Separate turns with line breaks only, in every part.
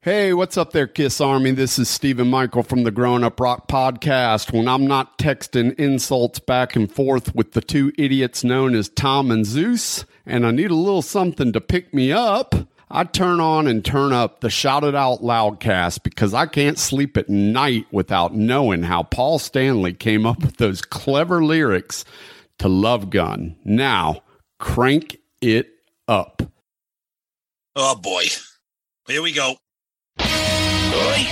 Hey, what's up there, Kiss Army? This is Stephen Michael from the Grown Up Rock Podcast. When I'm not texting insults back and forth with the two idiots known as Tom and Zeus, and I need a little something to pick me up, I turn on and turn up the Shout It Out Loudcast because I can't sleep at night without knowing how Paul Stanley came up with those clever lyrics to Love Gun. Now, crank it up.
Oh boy. Here we go. Oi.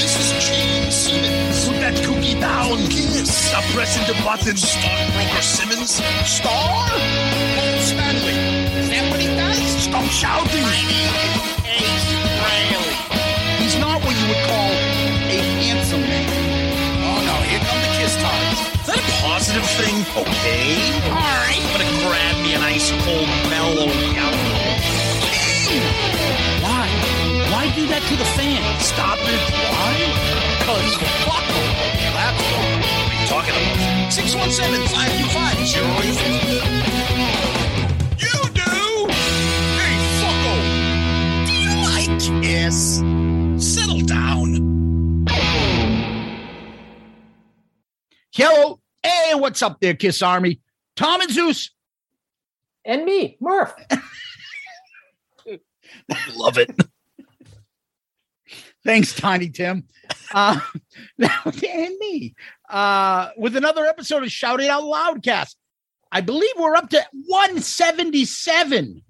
This is Gene Simmons.
Put that cookie down.
Guinness.
Stop pressing the button. Stockbroker Simmons.
Star? Paul Stanley. Is that what he does?
Stop shouting.
My name is Ace Riley. He's not what you would call a handsome man. Oh no, here come the kiss times.
Is that a positive thing? Okay.
All right.
I'm gonna grab me an ice cold mellow yellow.
Why? Why do that to the fan?
Stop it. Why?
Cause fuck him. That's all.
What are you talking about?
617-525-0850. You do? Hey, fucko. Do you like Kiss?
Settle down.
Hello.
Hey, what's up there, Kiss Army? Tom and Zeus.
and me, Murph.
Love it.
Thanks, Tiny Tim. Uh, now, and me uh, with another episode of Shout It Out Loudcast. I believe we're up to 177.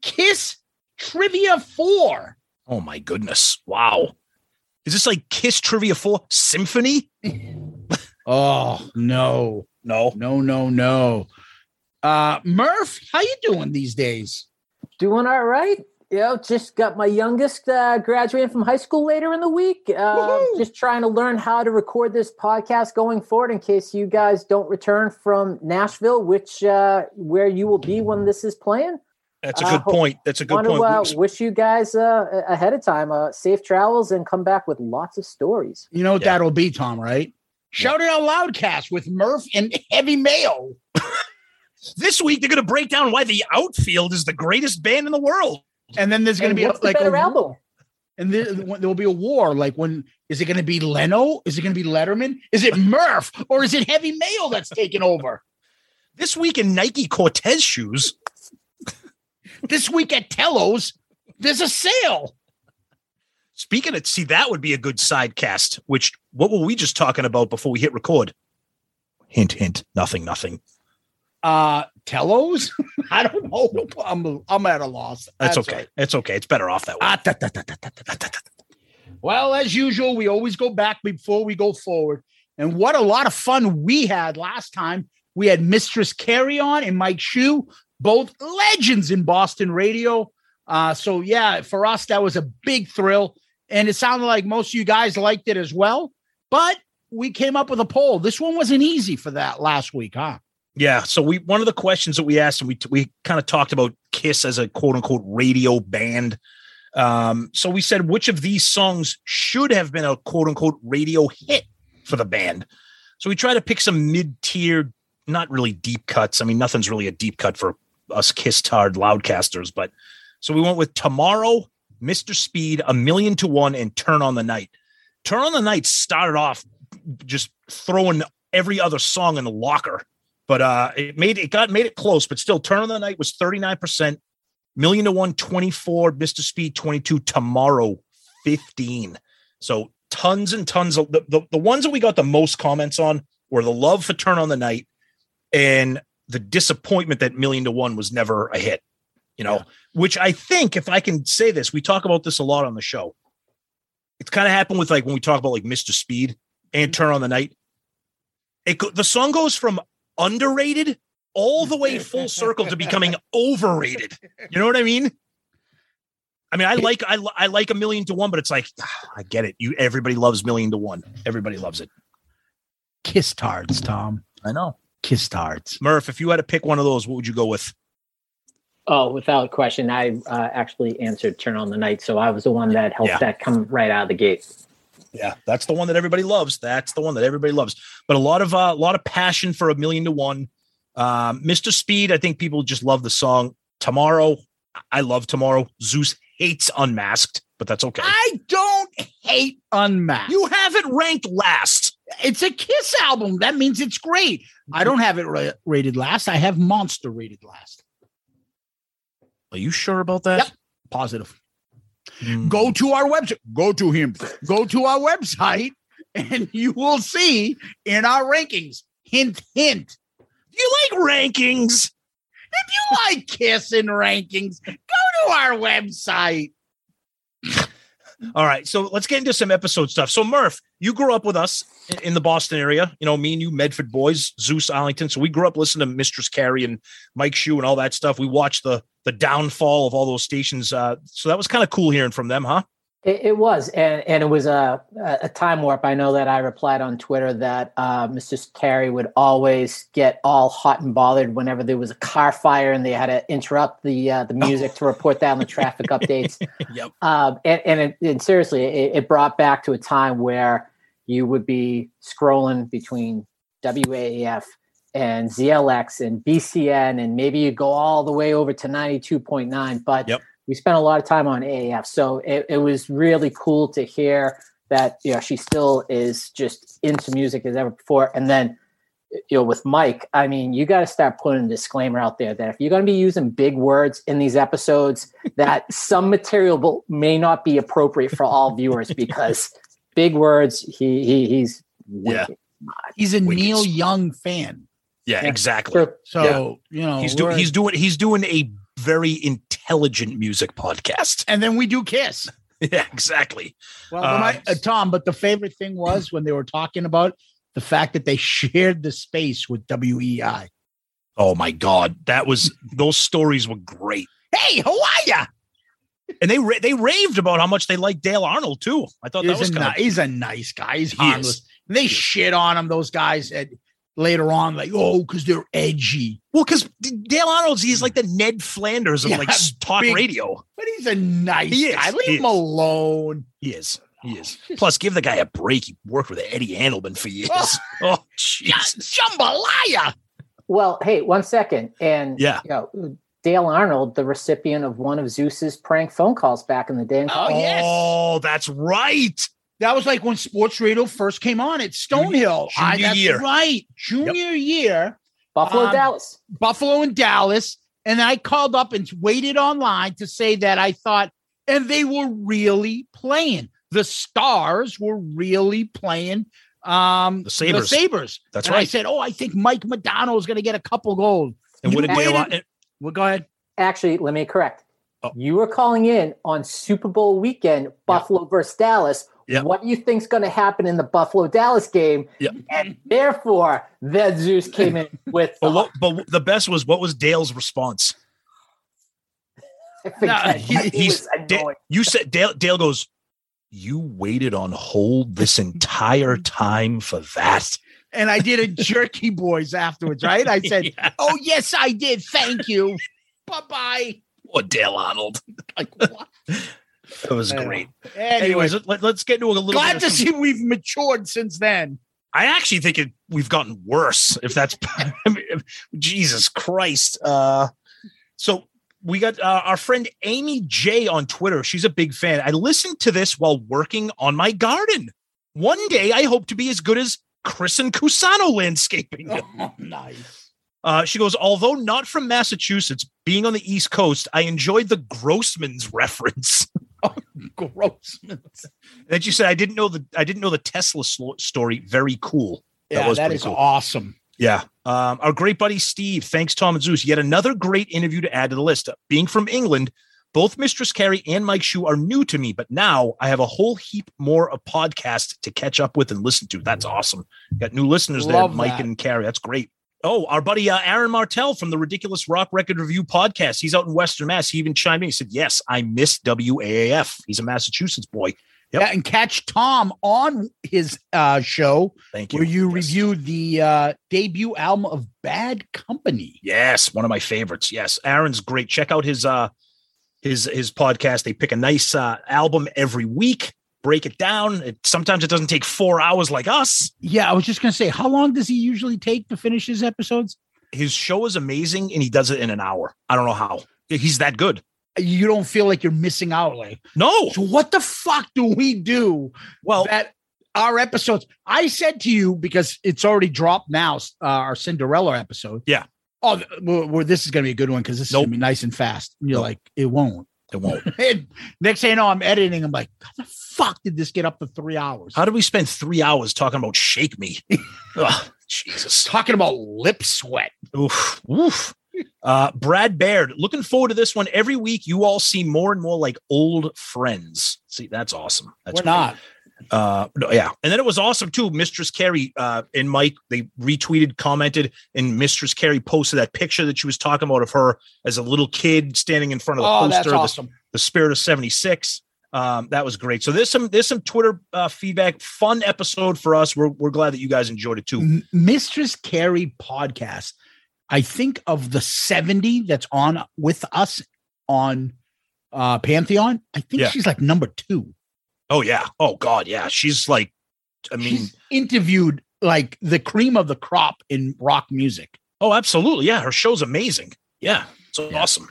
Kiss Trivia 4.
Oh my goodness. Wow. Is this like Kiss Trivia 4 Symphony?
Oh, no.
No.
No, no, no. Uh, Murph, how you doing these days?
Doing all right. You know, just got my youngest uh, graduating from high school later in the week. Uh,
Woohoo!
just trying to learn how to record this podcast going forward in case you guys don't return from Nashville, which uh, where you will be when this is playing.
That's a
Uh,
good point. That's a good
Want to
point.
uh, wish you guys uh, a- ahead of time uh, safe travels and come back with lots of stories.
You know what
Yeah.
that'll be, Tom, right? Shout It Out Loudcast with Murph and Heavy Mayo.
this week they're going to break down why the outfield is the greatest band in the world.
And then there's going to
And
be a-
what's the
like a
better album?
and there, there will be a war. Like when is it going to be Leno? Is it going to be Letterman? Is it Murph or is it Heavy Mail that's taking over
This week in Nike Cortez shoes.
this week at Tello's? There's a sale.
Speaking of, see, that would be a good sidecast. Which, what were we just talking about before we hit record? Hint, hint. Nothing, nothing.
Uh Tello's. I don't know. I'm I'm at a loss.
That's, okay.
right.
That's okay. It's better off that way.
Ah, da, da, da, da, da, da, da, da. Well, as usual, we always go back before we go forward. And what a lot of fun we had last time. We had Mistress Carry On and Mike Shue, both legends in Boston radio. Uh, so, yeah, for us, that was a big thrill. And it sounded like most of you guys liked it as well. But we came up with a poll. This one wasn't easy for that last week, huh?
Yeah. So we one of the questions that we asked, and we we kind of talked about Kiss as a quote unquote radio band. Um, so we said which of these songs should have been a quote unquote radio hit for the band. So we try to pick some mid tier, not really deep cuts. I mean, nothing's really a deep cut for us Kiss Tard loudcasters, but so we went with Tomorrow, Mr. Speed, A Million to One, and Turn on the Night. Turn on the Night started off just throwing every other song in the locker but uh it made it got made it close but still turn on the night was 39% Million to One 24, Mr. Speed 22, Tomorrow 15. So tons and tons of the, the, the ones that we got the most comments on were the love for Turn on the Night and the disappointment that Million to One was never a hit, you know, which I think, if I can say this, we talk about this a lot on the show. It's kind of happened with like when we talk about like Mr. Speed and Turn on the Night. It go- the song goes from underrated all the way full circle to becoming overrated. You know what I mean? I mean, I like I, li- I like a million to one, but it's like I get it. You everybody loves million to one. Everybody loves it.
Kiss tards, Tom.
I know.
Kiss tards.
Murph, if you had to pick one of those, what would you go with?
Oh, without question, I uh, actually answered "Turn on the Night," so I was the one that helped
Yeah.
that come right out of the gate.
Yeah, that's the one that everybody loves. That's the one that everybody loves. But a lot of uh, a lot of passion for a million to one. Um, Mr. Speed, I think people just love the song. Tomorrow, I love tomorrow. Zeus hates Unmasked, but that's okay.
I don't hate Unmasked.
You have it ranked last.
it's a Kiss album. That means it's great. I
Mm-hmm.
don't have it ra- rated last. I have Monster rated last.
Are you sure about that?
Positive.
Mm.
Go to our website. Go to him. Go to our website, and you will see in our rankings. Hint, hint.
You like rankings?
If you like Kiss and rankings, go to our website.
All right, so let's get into some episode stuff. So Murph, you grew up with us in, in the Boston area. You know, me and you, Medford boys, Zeus Arlington. So we grew up listening to Mistress Carrie and Mike Shue and all that stuff. We watched the the downfall of all those stations. Uh, so that was kind of cool hearing from them, huh?
It, it was, and, and it was a, a a time warp. I know that I replied on Twitter that uh, Mr. Carey would always get all hot and bothered whenever there was a car fire, and they had to interrupt the uh, the music to report down the traffic updates.
Yep.
Um, and and, it, and seriously, it, it brought back to a time where you would be scrolling between WAF and ZLX and BCN, and maybe you go all the way over to ninety two point nine, but we spent a lot of time on AAF. So it, it was really cool to hear that, you know, she still is just into music as ever before. And then, you know, with Mike, I mean, you got to start putting a disclaimer out there that if you're going to be using big words in these episodes, that some material will- may not be appropriate for all viewers because big words, he, he he's,
Yeah.
He's a
Wicked.
Neil Young fan,
Yeah, exactly.
For,
so you know
He's
we're-
doing he's doing he's doing a very intelligent music podcast.
and then we do Kiss.
yeah, exactly.
Well,
Uh,
when I- uh, Tom, but the favorite thing was when they were talking about the fact that they shared the space with E WEI.
Oh my God, that was those stories were great.
Hey, how are ya?
And they ra- they raved about how much they liked Dale Arnold too. I thought Oh, that
He's,
was
a,
kind of
ni- he's a nice guy. He's
He
harmless.
is.
And They shit on him, those guys, at, later on, like, oh, because they're edgy.
Well, because Dale Arnold's he's like the Ned Flanders of
Yeah,
like s- talk
big-
radio.
But he's a nice
He is.
guy. Leave
He
him
is.
alone.
He is. He is. Plus, give the guy a break. He worked with Eddie Handelman for years.
Oh.
Oh, Jesus.
Jambalaya.
Well, hey, one second. And
Yeah.
you know, Dale Arnold, the recipient of one of Zeus's prank phone calls back in the day. And
Um,
Oh, yes.
Oh, that's right.
That was like when sports radio first came on at
Junior
Stonehill. I, that's
year.
right. Junior year.
Buffalo,
Um,
Dallas.
Buffalo and Dallas. And I called up and waited online to say that I thought, and they were really playing. The stars were really playing um,
The Sabres.
Sabres.
That's
And I
right.
said, oh, I think Mike Madonna is going to get a couple goals.
And
you
what did Dale?
waited-
and-
Well, go ahead.
Actually, let me correct.
Oh.
You were calling in on Super Bowl weekend, Buffalo versus Dallas.
Yeah.
What do you think's going to happen in the Buffalo Dallas game?
Yeah.
And therefore, that Zeus came in with.
But what? But the best was what was Dale's response?
I think that
he-
he
he's
was
Da-
annoying.
you said Dale. Dale goes. You waited on hold this entire time for that.
And I did a jerky boys afterwards, right? I said,
Yeah.
oh, yes, I did. Thank you. bye bye.
Poor Dale Arnold.
Like, what?
That was great.
Anyways,
Anyways, let, us get into a little. bit
glad
of
to
some-
see we've matured since then.
I actually think it, we've gotten worse. If that's I mean, if- Jesus Christ. Uh, so we got uh, our friend Amy J on Twitter. She's a big fan. I listened to this while working on my garden. One day, I hope to be as good as Chris and Cusano landscaping.
Oh, nice.
Uh, she goes, although not from Massachusetts, being on the East Coast, I enjoyed the Grossman's reference.
Grossman's.
And then she said, I didn't know the I didn't know the Tesla slo- story. Very cool.
Yeah,
was
that
pretty
is
cool.
awesome.
Yeah. Um, our great buddy Steve, thanks Tom and Zeus. Yet another great interview to add to the list. Being from England, both Mistress Carrie and Mike Shu are new to me, but now I have a whole heap more of podcasts to catch up with and listen to. That's awesome. Got new listeners
Love
there, Mike
that.
and Carrie. That's great. Oh, our buddy uh, Aaron Martell from the Ridiculous Rock Record Review podcast. He's out in Western Mass. He even chimed in. He said, "Yes, I miss WAAF. He's a Massachusetts boy. Yep.
Yeah, and catch Tom on his uh, show
Thank you."
where you
Yes.
reviewed the uh, debut album of Bad Company.
Yes, one of my favorites. Yes, Aaron's great. Check out his uh his his podcast. They pick a nice uh album every week, break it down. It, sometimes it doesn't take 4 hours like us.
Yeah, I was just gonna say, how long does he usually take to finish his episodes?
His show is amazing and he does it in an hour. I don't know how. He's that good.
You don't feel like you're missing out, like.
No.
So what the fuck do we do
Well,
that our episodes? I said to you because it's already dropped now. Uh, our Cinderella episode.
Yeah.
Oh, th- well, well, this is gonna be a good one because this is
Nope.
gonna be nice and fast. And you're like, it won't.
it won't.
And next thing I know, I'm editing. I'm like, how the fuck did this get up to three hours?
How did we spend 3 hours talking about Shake Me? Ugh, Jesus.
Talking about lip sweat.
Oof. Oof. Uh, Brad Baird, looking forward to this one every week. You all seem more and more like old friends. See, that's awesome. That's
We're
great.
not.
Uh, no, yeah, and then it was awesome too. Mistress Carey uh, and Mike they retweeted, commented, and Mistress Carey posted that picture that she was talking about of her as a little kid standing in front of the
Oh, that's
poster, the-
awesome.
the, Spirit of '76. Um, that was great. So there's some there's some Twitter uh, feedback. Fun episode for us. We're we're glad that you guys enjoyed it too.
M- Mistress Carey podcast. I think of the 70 that's on with us on uh Pantheon. I think
Yeah.
she's like number two.
Oh yeah. Oh god. Yeah. She's like, I mean,
she's interviewed like the cream of the crop in rock music.
oh absolutely. Yeah. Her show's amazing. Yeah. It's awesome.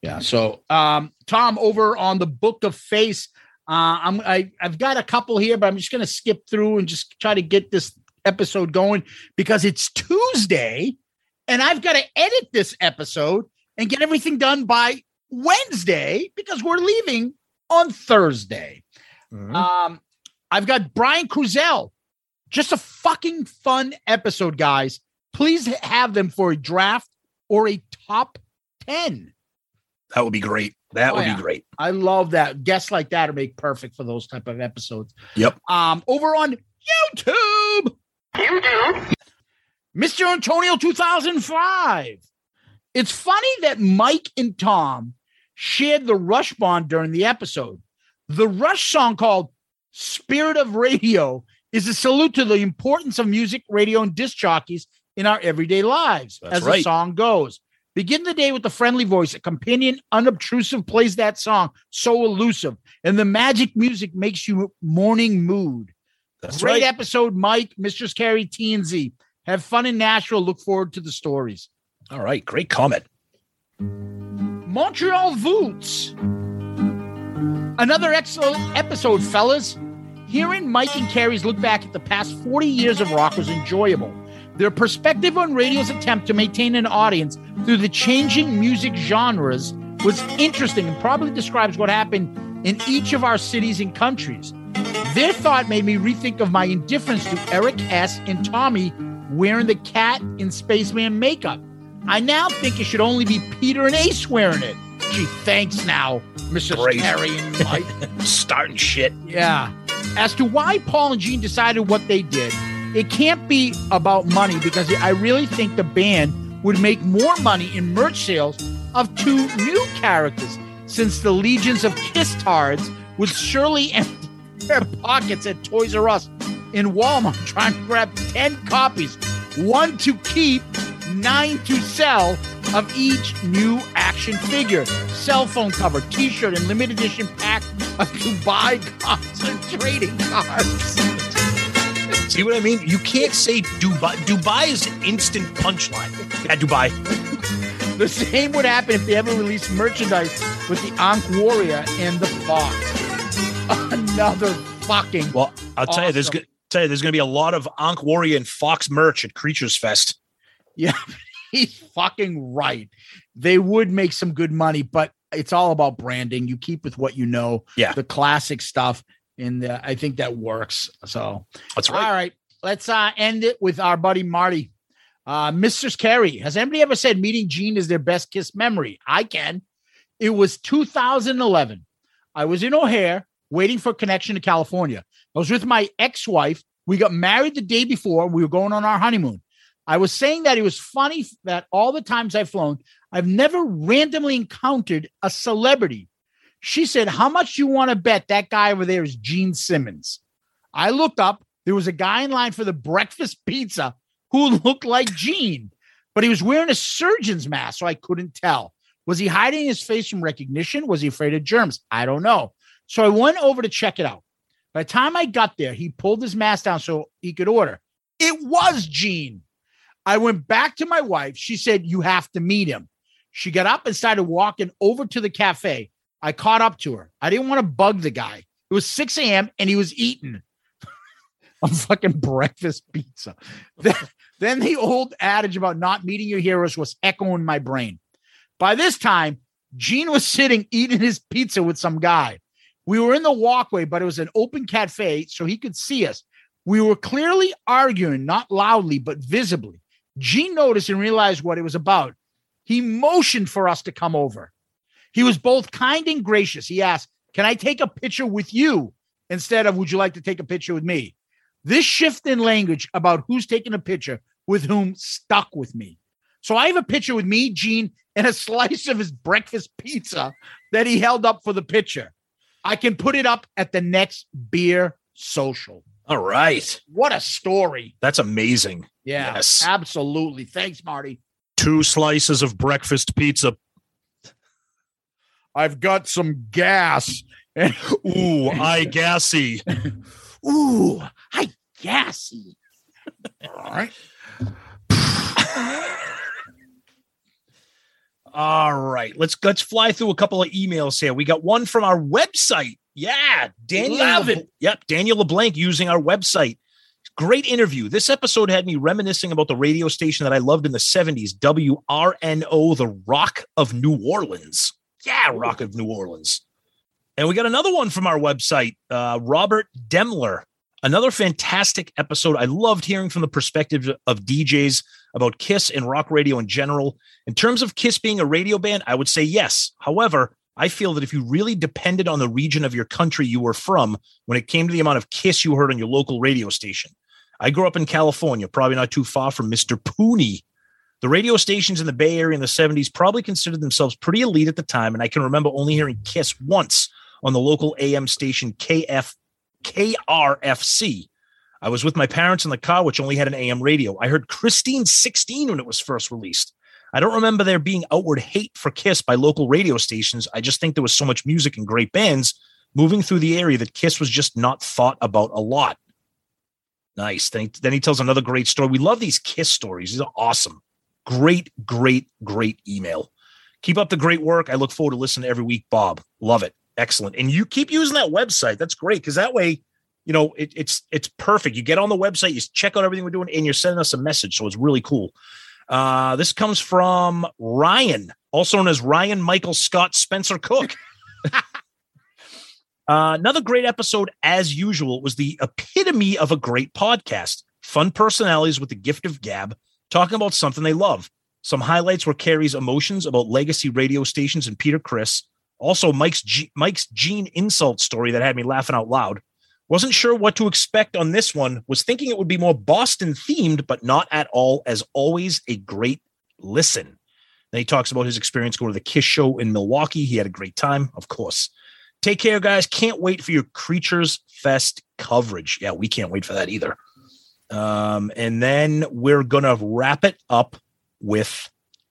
Yeah. So um Tom over on the book of face. Uh I'm I, I've got a couple here, but I'm just gonna skip through and just try to get this episode going because it's Tuesday and I've got to edit this episode and get everything done by Wednesday because we're leaving on Thursday.
Hmm.
Um, I've got Brian Cruzel. Just a fucking fun episode, guys. Please have them for a draft or a top 10.
That would be great. That
Oh,
would
yeah.
be great.
I love that. Guests like that are make perfect for those type of episodes.
Yep.
Um, over on YouTube,
YouTube.
Mr. Antonio 2005. It's funny that Mike and Tom shared the Rush bond during the episode. The Rush song called Spirit of Radio is a salute to the importance of music, radio, and disc jockeys in our everyday lives,
That's
as the
right.
song goes. Begin the day with a friendly voice, a companion, unobtrusive, plays that song, so elusive. And the magic music makes you morning mood.
That's right.
Great episode, Mike, Mistress Carrie, T and Z. Have fun in Nashville. Look forward to the stories.
All right. Great comment.
Montreal Voots. Another excellent episode, fellas. Hearing Mike and Carrie's look back at the past 40 years of rock was enjoyable. Their perspective on radio's attempt to maintain an audience through the changing music genres was interesting and probably describes what happened in each of our cities and countries. Their thought made me rethink of my indifference to Eric S. and Tommy wearing the cat and spaceman makeup. I now think it should only be Peter and Ace wearing it. Gee, thanks now, Mr.
Great.
Carrie and Mike.
Starting shit.
Yeah. As to why Paul and Gene decided what they did, it can't be about money because I really think the band would make more money in merch sales of two new characters since the legions of Kistards would surely empty their pockets at Toys R Us in Walmart trying to grab 10 copies, one to keep, nine to sell of each new action figure, cell phone cover, t shirt, and limited edition pack of Dubai cards and trading cards.
See what I mean? You can't say Dubai. Dubai is an instant punchline. Yeah, Dubai.
The same would happen if they ever released merchandise with the Ankh Warrior and the Fox. Another fucking.
Well, I'll tell you, there's
Awesome.
go- tell you, there's going to be a lot of Ankh Warrior and Fox merch at Creatures Fest.
he's fucking right. They would make some good money, but it's all about branding. You keep with what you know.
Yeah.
The classic stuff. And uh, I think that works. So
That's
all
right.
right. Let's uh, end it with our buddy Marty. Uh, Mr. Carey, has anybody ever said meeting Gene is their best kiss memory? I can. It was 2011. I was in O'Hare waiting for connection to California. I was with my ex wife. We got married the day before. We were going on our honeymoon. I was saying that it was funny that all the times I've flown, I've never randomly encountered a celebrity. She said, How much do you want to bet that guy over there is Gene Simmons? I looked up. There was a guy in line for the breakfast pizza who looked like Gene, but he was wearing a surgeon's mask, so I couldn't tell. Was he hiding his face from recognition? Was he afraid of germs? I don't know. So I went over to check it out. By the time I got there, he pulled his mask down so he could order. It was Gene. I went back to my wife. She said, You have to meet him. She got up and started walking over to the cafe. I caught up to her. I didn't want to bug the guy. It was 6 a.m. and he was eating a fucking breakfast pizza. Then, then the old adage about not meeting your heroes was echoing in my brain. By this time, Gene was sitting eating his pizza with some guy. We were in the walkway, but it was an open cafe, so he could see us. We were clearly arguing, not loudly, but visibly. Gene noticed and realized what it was about. He motioned for us to come over. He was both kind and gracious. He asked, Can I take a picture with you instead of would you like to take a picture with me? This shift in language about who's taking a picture with whom stuck with me. So I have a picture with me, Gene, and a slice of his breakfast pizza that he held up for the picture. I can put it up at the next beer social.
All right.
What a story.
That's amazing.
Yeah,
Yes.
absolutely. Thanks, Marty.
Two slices of breakfast pizza.
I've got some gas.
Ooh, I gassy.
Ooh, I gassy.
All right. All right. Let's let's fly through a couple of emails here. We got one from our website. Yeah, Daniel.
Love
LeB- Yep, Daniel LeBlanc using our website. Great interview. This episode had me reminiscing about the radio station that I loved in the 70s, WRNO, the Rock of New Orleans. Yeah, Rock of New Orleans. And we got another one from our website, uh, Robert Demler. Another fantastic episode. I loved hearing from the perspective of DJs about Kiss and rock radio in general. In terms of Kiss being a radio band, I would say yes. However, I feel that if you really depended on the region of your country you were from when it came to the amount of Kiss you heard on your local radio station. I grew up in California, probably not too far from Mr. Pooney. The radio stations in the Bay Area in the 70s probably considered themselves pretty elite at the time, and I can remember only hearing Kiss once on the local AM station KF KRFC. I was with my parents in the car, which only had an AM radio. I heard Christine 16 when it was first released. I don't remember there being outward hate for Kiss by local radio stations. I just think there was so much music and great bands moving through the area that Kiss was just not thought about a lot. Nice. Then he, then he tells another great story. We love these Kiss stories. These are awesome. Great, great, great email. Keep up the great work. I look forward to listening every week, Bob. Love it. Excellent. And you keep using that website. That's great because that way, you know, it, it's it's perfect. You get on the website, you check out everything we're doing, and you're sending us a message. So it's really cool. Uh, this comes from Ryan, also known as Ryan Michael Scott Spencer Cook. Uh, another great episode, as usual, was the epitome of a great podcast. Fun personalities with the gift of gab talking about something they love. Some highlights were Carrie's emotions about legacy radio stations and Peter Chris. Also, Mike's G- Mike's Gene insult story that had me laughing out loud. Wasn't sure what to expect on this one. Was thinking it would be more Boston themed, but not at all. As always, a great listen. Then he talks about his experience going to the Kiss show in Milwaukee. He had a great time, of course. Take care, guys. Can't wait for your Creatures Fest coverage. Yeah, we can't wait for that either. Um, and then we're going to wrap it up with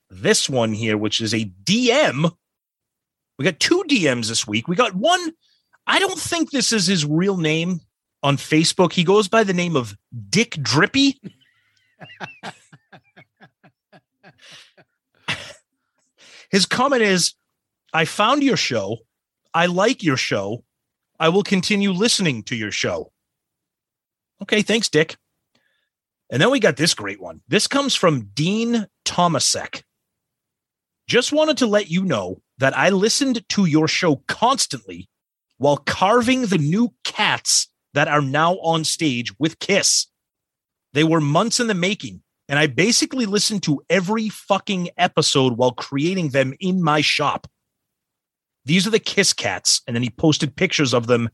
this one here, which is a DM. We got two DMs this week. We got one, I don't think this is his real name on Facebook. He goes by the name of Dick Drippy. his comment is I found your show. I like your show. I will continue listening to your show. Okay, thanks, Dick. And then we got this great one. This comes from Dean Tomasek. Just wanted to let you know that I listened to your show constantly while carving the new cats that are now on stage with Kiss. They were months in the making, and I basically listened to every fucking episode while creating them in my shop. These are the Kiss cats. And then he posted pictures of them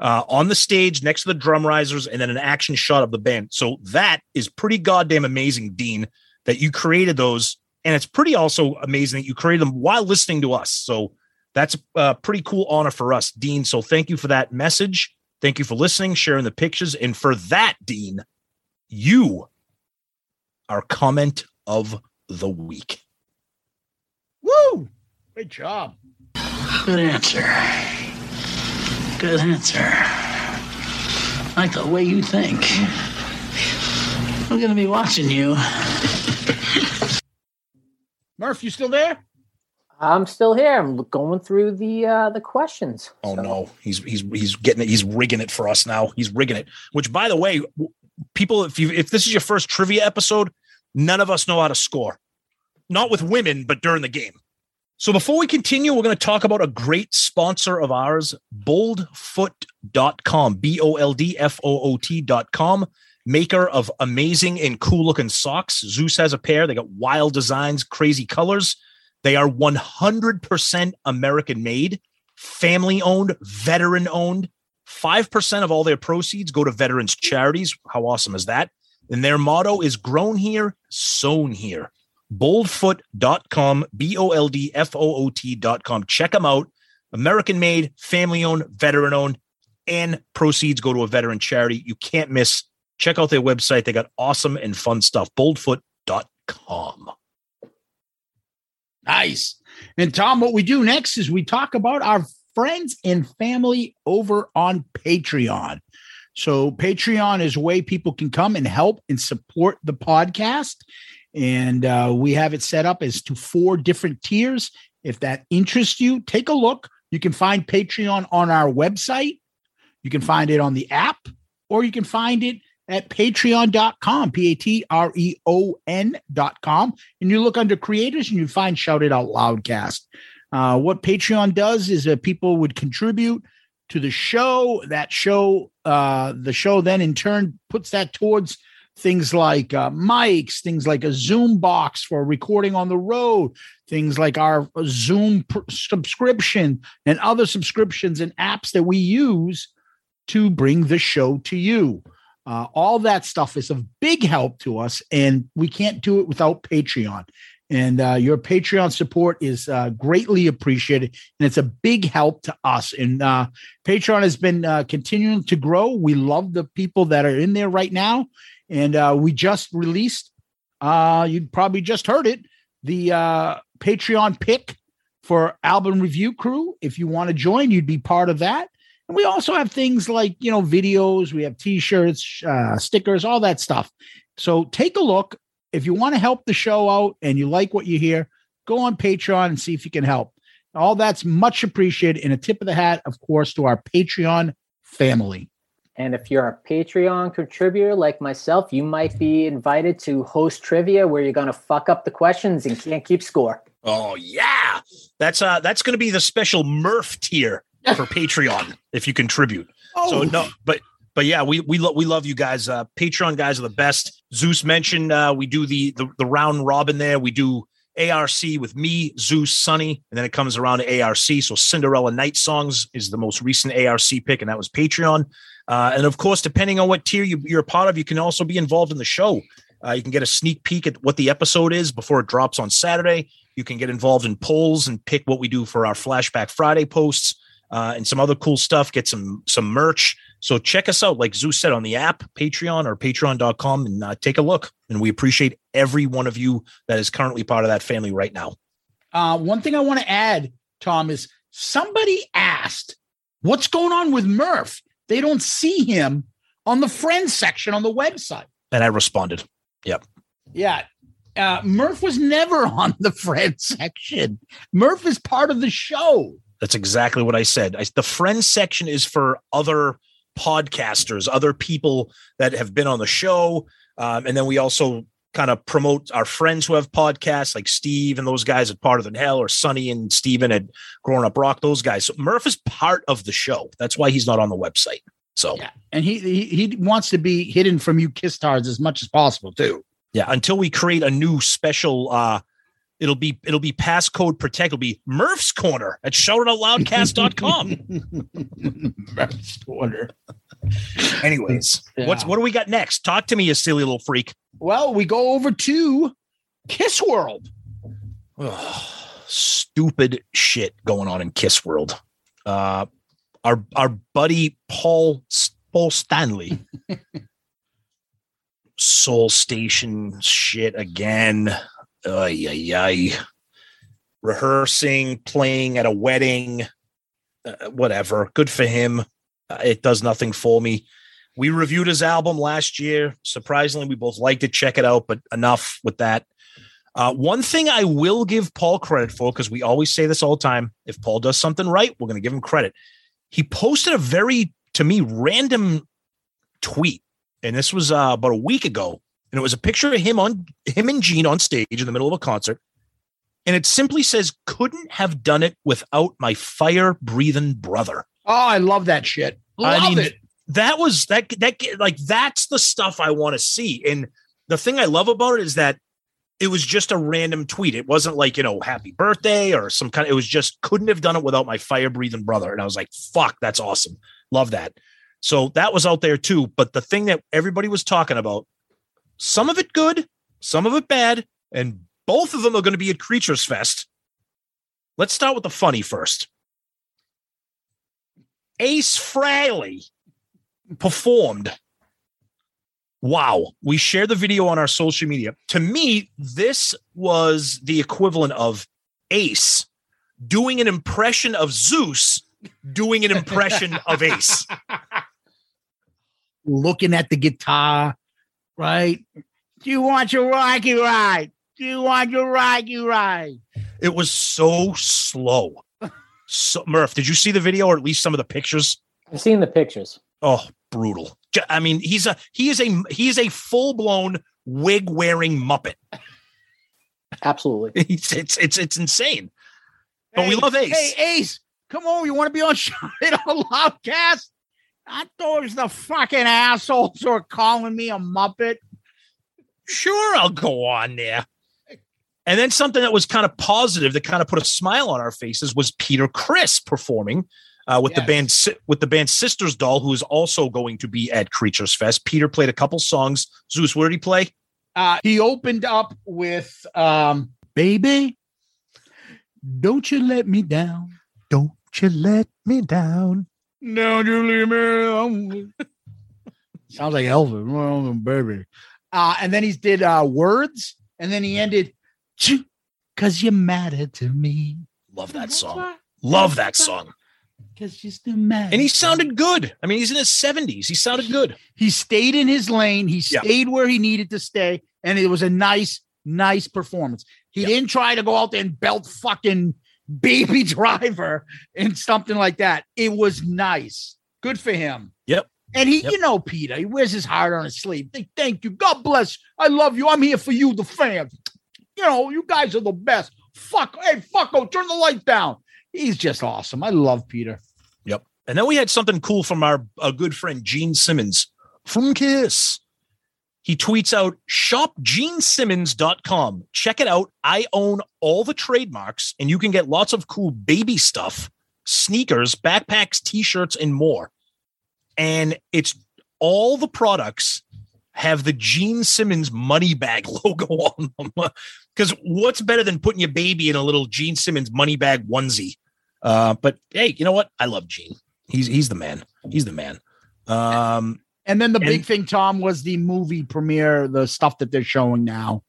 uh, on the stage next to the drum risers and then an action shot of the band. So that is pretty goddamn amazing, Dean, that you created those. And it's pretty also amazing that you created them while listening to us. So that's a pretty cool honor for us, Dean. So thank you for that message. Thank you for listening, sharing the pictures. And for that, Dean, you are comment of the week.
Woo! Great job.
Good answer. Good answer. Like the way you think. I'm going to be watching you.
Murph, you still there?
I'm still here. I'm going through the uh, the questions.
Oh no, he's he's he's getting it. He's rigging it for us now. He's rigging it. Which, by the way, w- people, if you if this is your first trivia episode, none of us know how to score. Not with women, but during the game. So before we continue, we're going to talk about a great sponsor of ours, boldfoot.com, B O L D F O O T.com, maker of amazing and cool looking socks. Zeus has a pair. They got wild designs, crazy colors. They are 100% American made, family owned, veteran owned. 5% of all their proceeds go to veterans charities. How awesome is that? And their motto is grown here, sown here. Boldfoot.com, B O L D F O O T.com. Check them out. American made, family owned, veteran owned, and proceeds go to a veteran charity. You can't miss. Check out their website. They got awesome and fun stuff. Boldfoot.com.
Nice. And Tom, what we do next is we talk about our friends and family over on Patreon. So, Patreon is a way people can come and help and support the podcast. And uh, we have it set up as to four different tiers. If that interests you, take a look. You can find Patreon on our website, you can find it on the app, or you can find it at patreon.com, P A T R E O N.com. And you look under creators and you find Shout It Out Loudcast. Uh, what Patreon does is that people would contribute to the show. That show, uh, the show then in turn puts that towards things like uh, mics, things like a Zoom box for recording on the road, things like our Zoom pr- subscription and other subscriptions and apps that we use to bring the show to you. Uh, all that stuff is of big help to us, and we can't do it without Patreon. And uh, your Patreon support is uh, greatly appreciated, and it's a big help to us. And uh, Patreon has been uh, continuing to grow. We love the people that are in there right now, and uh, we just released. Uh, you probably just heard it. The uh, Patreon pick for album review crew. If you want to join, you'd be part of that. And we also have things like, you know, videos, we have t shirts, uh, stickers, all that stuff. So take a look. If you want to help the show out and you like what you hear, go on Patreon and see if you can help. All that's much appreciated. And a tip of the hat, of course, to our Patreon family.
And if you're a Patreon contributor like myself, you might be invited to host trivia where you're going to fuck up the questions and can't keep score.
Oh yeah, that's uh that's going to be the special Murph tier for Patreon if you contribute. So
Oh.
no, but but yeah, we we love we love you guys. Uh, Patreon guys are the best. Zeus mentioned uh, we do the, the the round robin there. We do ARC with me, Zeus, Sunny, and then it comes around to ARC. So Cinderella Night Songs is the most recent ARC pick, and that was Patreon. Uh, and of course, depending on what tier you, you're a part of, you can also be involved in the show. Uh, you can get a sneak peek at what the episode is before it drops on Saturday. You can get involved in polls and pick what we do for our Flashback Friday posts uh, and some other cool stuff. Get some some merch. So check us out, like Zeus said, on the app, Patreon or Patreon.com, and uh, take a look. And we appreciate every one of you that is currently part of that family right now.
Uh, one thing I want to add, Tom, is somebody asked, "What's going on with Murph? They don't see him on the friends section on the website."
And I responded,
Yeah, uh, Murph was never on the friends section. Murph is part of the show.
That's exactly what I said. I, the friends section is for other podcasters, other people that have been on the show. Um, and then we also kind of promote our friends who have podcasts like Steve and those guys at Part of the Hell or Sonny and Steven at Grown Up Rock, those guys. So Murph is part of the show. That's why he's not on the website. So
Yeah. And he, he he wants to be hidden from you kiss tards as much as possible too.
yeah, until we create a new special uh it'll be it'll be passcode protect. It'll be Murph's Corner at shoutitoutloudcast.com.
Murph's corner.
Anyways,
Yeah.
what's what do we got next? Talk to me, you silly little freak.
Well, we go over to Kiss World.
Ugh, stupid shit going on in Kiss World. Uh, our our buddy Paul Paul Stanley, Soul Station shit again. Ay ay ay. Rehearsing, playing at a wedding, uh, whatever. Good for him. Uh, it does nothing for me. We reviewed his album last year. Surprisingly, we both liked it. Check it out, but enough with that. Uh, one thing I will give Paul credit for, because we always say this all the time if Paul does something right, we're going to give him credit. He posted a very, to me, random tweet. And this was uh, about a week ago. And it was a picture of him on him and Gene on stage in the middle of a concert. And it simply says, couldn't have done it without my fire breathing brother.
Oh, I love that shit. Love
I mean,
it.
That was that that like that's the stuff I want to see. And the thing I love about it is that it was just a random tweet. It wasn't like, you know, happy birthday or some kind. It was just couldn't have done it without my fire breathing brother. And I was like, fuck, that's awesome. Love that. So that was out there too. But the thing that everybody was talking about, some of it good, some of it bad, and both of them are going to be at Creatures Fest. Let's start with the funny first. Ace Frehley performed. Wow. We share the video on our social media. To me, this was the equivalent of Ace doing an impression of Zeus doing an impression of Ace.
Looking at the guitar, right? Do you want your rocky ride? Do you want your rocky ride?
It was so slow. So, Murph, did you see the video or at least some of the pictures?
I've seen the pictures.
Oh, brutal. J- I mean, he's a he is a he is a full-blown wig-wearing muppet.
Absolutely.
It's it's it's, it's insane. But we
Hey,
love Ace.
Hey, Ace, come on. You want to be on Shot It Out Loudcast? I thought it was the fucking assholes who are calling me a Muppet.
sure I'll go on there. And then something that was kind of positive that kind of put a smile on our faces was Peter Chris performing uh, with the
Yes.
band Si- with the band Sisters Doll, who is also going to be at Creatures Fest. Peter played a couple songs. Zeus, where did he play?
Uh, he opened up with um, Baby, don't you let me down. Don't you let me down. Don't you leave me alone. Sounds like Elvis, well, baby. Uh, and then he did uh, Words, and then he ended, because you matter to me.
Love that song. Love that song.
Because she's still mad.
And he sounded good. I mean, he's in his seventies. He sounded good.
he stayed in his lane. He
Yeah.
stayed where he needed to stay, and it was a nice, nice performance. He
Yeah.
didn't try to go out there and belt fucking baby driver and something like that. It was nice. Good for him.
Yep.
And he,
Yep.
you know, Peter, he wears his heart on his sleeve. Th- Thank you. God bless. I love you. I'm here for you, the fans. You know, you guys are the best. Fuck. Hey, fucko, turn the light down. He's just awesome. I love Peter.
And then we had something cool from our a good friend Gene Simmons from Kiss. He tweets out shopgenesimmons.com. Check it out. I own all the trademarks and you can get lots of cool baby stuff, sneakers, backpacks, t-shirts and more. And it's all the products have the Gene Simmons money bag logo on them. Cuz what's better than putting your baby in a little Gene Simmons money bag onesie? Uh, but hey, you know what? I love Gene. He's he's the man. He's the man. Um,
And then the
And-
big thing, Tom, was the movie premiere, the stuff that they're showing now.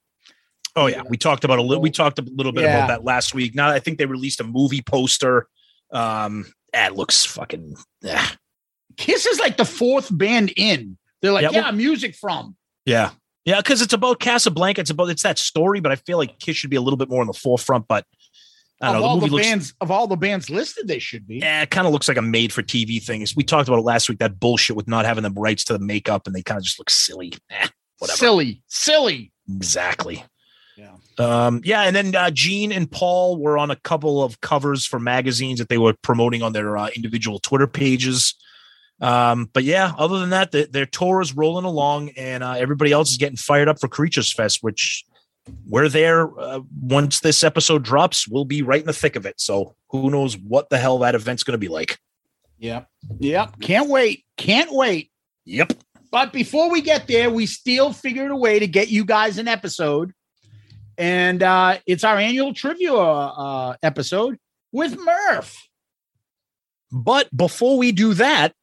oh yeah, we talked about a little. We talked a little bit
Yeah.
about that last week. Now I think they released a movie poster. Um, that looks fucking. eh.
Kiss is like the fourth band in. They're like,
Yeah,
yeah,
well-
music from.
Yeah. Yeah, because it's about Casablanca. It's about it's that story, but I feel like Kiss should be a little bit more in the forefront. But I don't
of
know.
all
the movie
the,
looks
bands of all the bands listed, they should be.
yeah, it kind of looks like a made for TV thing. As we talked about it last week, that bullshit with not having the rights to the makeup and they kind of just look silly. Eh, whatever.
Silly, silly.
Exactly.
Yeah.
Um, yeah, and then uh, Gene and Paul were on a couple of covers for magazines that they were promoting on their uh, individual Twitter pages. Um, but yeah, other than that, the, their tour is rolling along, and uh, everybody else is getting fired up for Creatures Fest, which we're there uh, once this episode drops. We'll be right in the thick of it. So who knows what the hell that event's going to be like?
Yep. Yep. Can't wait. Can't wait.
Yep.
But before we get there, we still figured a way to get you guys an episode. And uh, it's our annual trivia uh, episode with Murph.
But before we do that,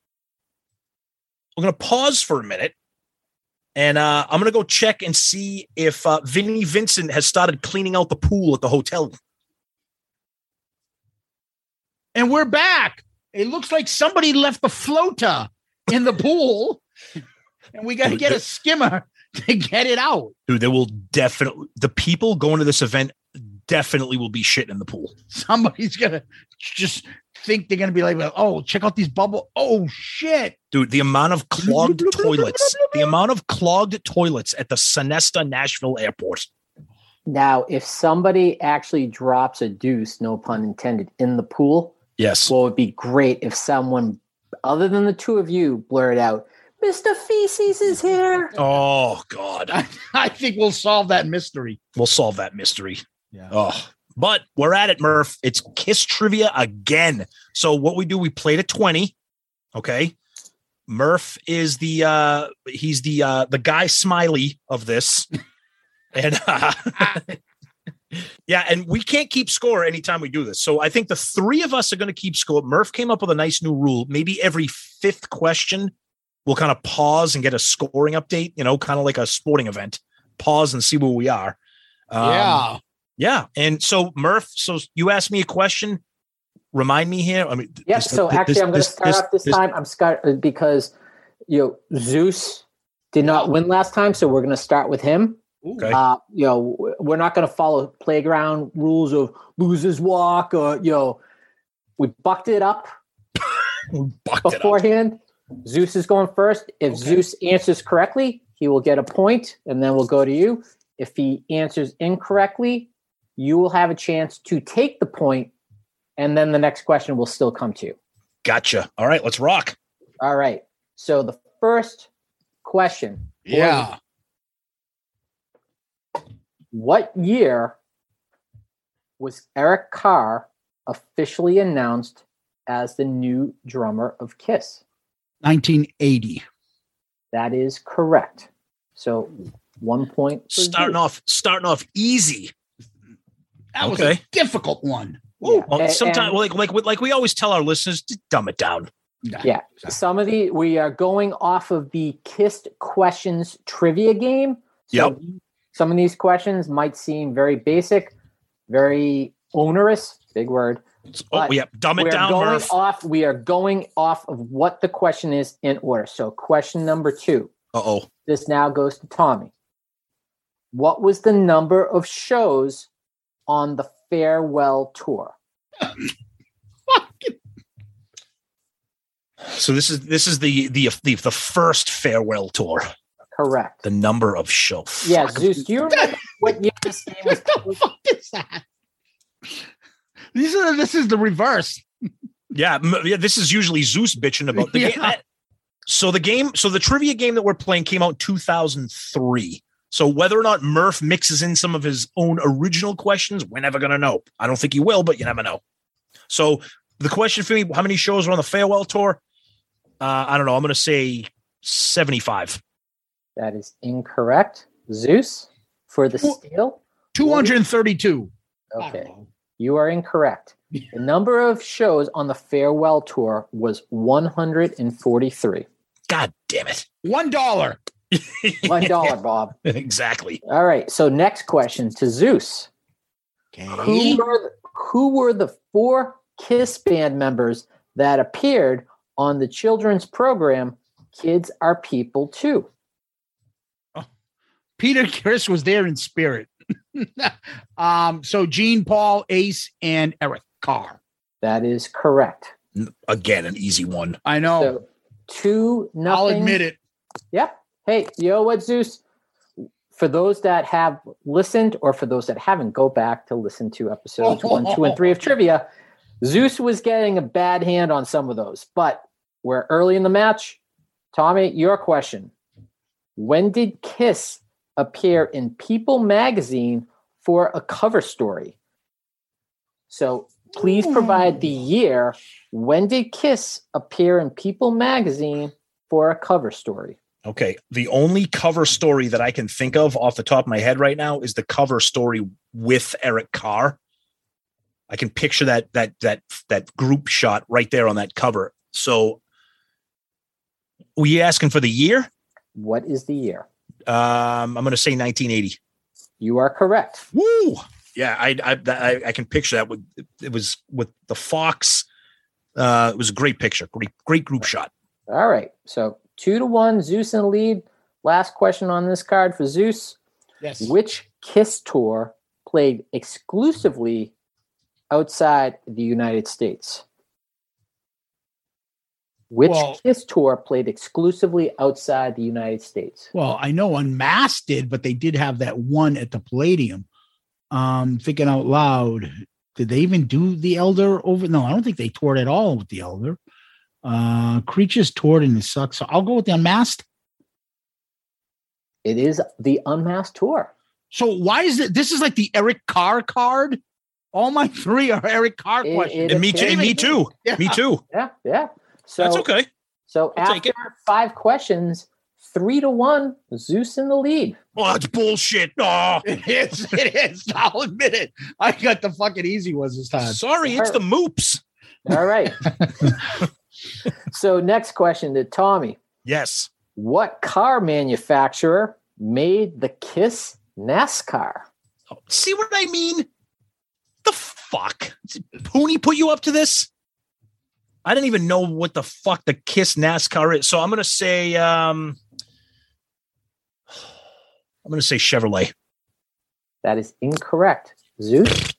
we're going to pause for a minute. And uh, I'm going to go check and see if uh, Vinny Vincent has started cleaning out the pool at the hotel.
And we're back. It looks like somebody left the floater in the pool. And we got to get a skimmer to get it out.
Dude, there will definitely, the people going to this event definitely will be shitting in the pool.
Somebody's going to just think they're going to be like, oh, check out these bubble. Oh, shit.
Dude, the amount of clogged toilets, the amount of clogged toilets at the Sonesta Nashville airport.
Now, if somebody actually drops a deuce, no pun intended, in the pool,
Yes.
well, it'd be great if someone other than the two of you blurred out, Mr. Feces is here.
Oh, God.
I, I think we'll solve that mystery.
we'll solve that mystery.
Yeah.
Oh, but we're at it, Murph. It's Kiss trivia again. So what we do, we played a twenty. Okay. Murph is the uh he's the uh the guy smiley of this. and uh, yeah, and we can't keep score anytime we do this. So I think the three of us are gonna keep score. Murph came up with a nice new rule. Maybe every fifth question we'll kind of pause and get a scoring update, you know, kind of like a sporting event. Pause and see where we are. Um,
yeah.
yeah. And so Murph, so you asked me a question. Remind me here. I mean, th-
Yep.
this-
so
this-
actually, I'm going to start off this, time. I'm scared because you know Zeus did not win last time, so we're going to start with him.
Okay.
Uh, you know, w- we're not going to follow playground rules of losers walk or you know, we bucked it up
Bucked it up.
beforehand. Zeus is going first. If Zeus answers correctly, he will get a point, and then we'll go to you. If he answers incorrectly, you will have a chance to take the point, and then the next question will still come to you.
Gotcha. All right. Let's rock.
All right. So the first question
Yeah.
What year was Eric Carr officially announced as the new drummer of Kiss?
1980.
That is correct. So one point. for
Starting
you.
off, starting off easy.
That was
Okay.
a difficult one.
Yeah.
Well,
A-
sometimes,
and
like, like, like we always tell our listeners, just dumb it down.
Yeah. some of the we are going off of the Kiss questions trivia game.
Yep.
Some of these questions might seem very basic, very onerous. Big word.
Oh,
But
yeah. Dumb it
we're
down,
going
Murph.
off we are going off of what the question is in order so question number two
Uh oh.
this now goes to tommy what was the number of shows on the farewell tour
So this is this is the the the, the first farewell tour.
correct
The number of show.
yeah
Fuck.
zeus do you remember what year this game was
What the fuck is that? These are this is the reverse.
Yeah, m- yeah. This is usually Zeus bitching about the
Yeah.
game. That- so the game, so the trivia game that we're playing came out in 2003. So whether or not Murph mixes in some of his own original questions, we're never gonna know. I don't think he will, but you never know. So the question for me: How many shows were on the farewell tour? Uh, I don't know. I'm gonna say 75.
that is incorrect zeus for the
Well-
steal
232. I don't
okay
know.
you are incorrect the number of shows on the farewell tour was 143
God damn it!
One dollar.
one dollar bob
exactly.
All right. So next question to Zeus. Who were the, who were the four Kiss band members that appeared on the children's program Kids Are People Too?
Peter Chris was there in spirit. um, so Gene, Paul, Ace, and Eric Carr.
That is correct.
Again, an easy one.
I know.
So two nothing.
I'll admit it.
Yep. Hey, yo, what Zeus? For those that have listened, or for those that haven't, go back to listen to episodes one, two, and three of trivia. Zeus was getting a bad hand on some of those, but we're early in the match. Tommy, your question: When did Kiss appear in People magazine for a cover story? So please provide the year. When did Kiss appear in People magazine for a cover story?
Okay. The only cover story that I can think of off the top of my head right now is the cover story with Eric Carr. I can picture that that that that group shot right there on that cover. So were you asking for the year?
What is the year?
Um, I'm going to say 1980.
You are correct.
Woo! Yeah, I I, I I can picture that. With it was with the Fox. Uh, it was a great picture. Great great group shot.
All right. So two to one, Zeus in lead. Last question on this card for Zeus.
Yes.
Which Kiss tour played exclusively outside the United States? Which
Well-
Kiss tour played exclusively outside the United States?
Well, I know Unmasked did, but they did have that one at the Palladium. Um, thinking out loud, did they even do the Elder over? No, I don't think they toured at all with the Elder. Uh, Creatures toured and it sucks. So I'll go with the Unmasked.
It is the Unmasked tour.
So why is it? This is like the Eric Carr card. All my three are Eric Carr
It-
questions.
it
And me too. and me too.
Yeah.
Me too.
Yeah, yeah. So
That's okay.
So
I'll take
after five questions, three to one, Zeus in the lead.
Oh, that's bullshit. Oh,
It is. It is. I'll admit it. I got the fucking easy ones this time.
sorry, it's the moops.
All right. so next question to Tommy.
Yes.
What car manufacturer made the Kiss NASCAR?
Oh, see what I mean? The fuck? Pooney put you up to this? I didn't even know what the fuck the Kiss NASCAR is. So I'm gonna say um I'm gonna say Chevrolet.
That is incorrect. Zeus,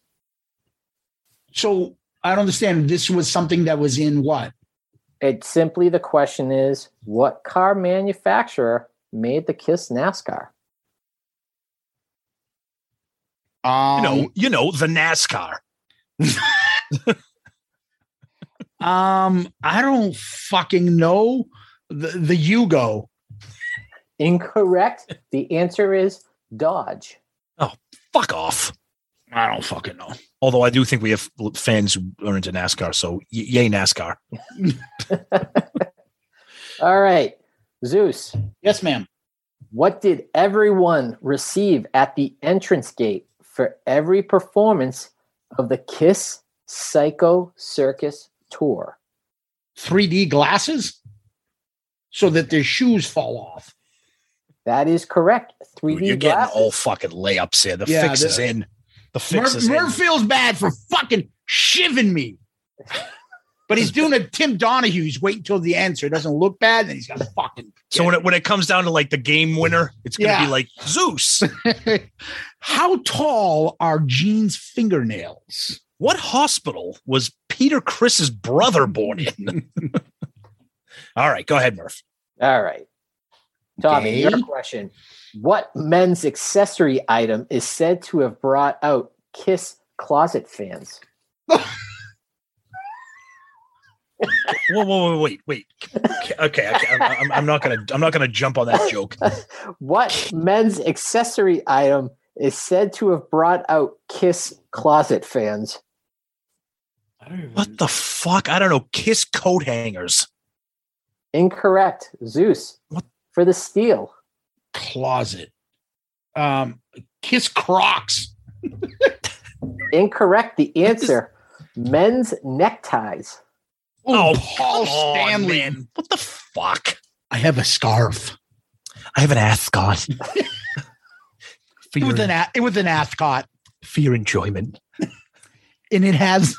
So I don't understand. This was something that was in what?
it's simply the question is what car manufacturer made the Kiss NASCAR?
You
Um,
know, you know, the NASCAR.
Um, I don't fucking know the the Yugo.
Incorrect. The answer is Dodge.
Fuck off.
I don't fucking know.
Although I do think we have fans who are into NASCAR, so y- yay NASCAR.
All right. Zeus,
Yes, ma'am.
What did everyone receive at the entrance gate for every performance of the Kiss Psycho Circus tour?
3D glasses so that their shoes fall off.
That is correct. 3D
Dude, you're getting
glasses.
all fucking layups here. The
Yeah,
fix
the-
is in. The fix
Murph,
is in.
Murph feels bad for fucking shiving me. But he's doing a Tim Donahue. He's waiting till the end so it doesn't look bad. Then he's got to fucking.
So when it when it comes down to like the game winner, it's gonna
Yeah.
be like Zeus.
How tall are Gene's fingernails?
What hospital was Peter Chris's brother born in? All right, go ahead, Murph.
all right. Tommy,
Okay.
your question. What men's accessory item is said to have brought out Kiss closet fans?
Whoa, whoa, whoa, wait, wait. Okay, okay, okay, I'm, I'm, I'm not gonna, I'm not gonna jump on that joke.
What men's accessory item is said to have brought out Kiss closet fans?
What the fuck? I don't know. Kiss coat hangers.
Incorrect. Zeus.
What?
For the steal.
Closet. Um, kiss Crocs.
Incorrect. The answer men's neckties.
Oh,
Paul
come on,
Stanley.
man. What the fuck?
I have a scarf.
I have an ascot. for,
with an a- with an ascot,
for your enjoyment,
and it has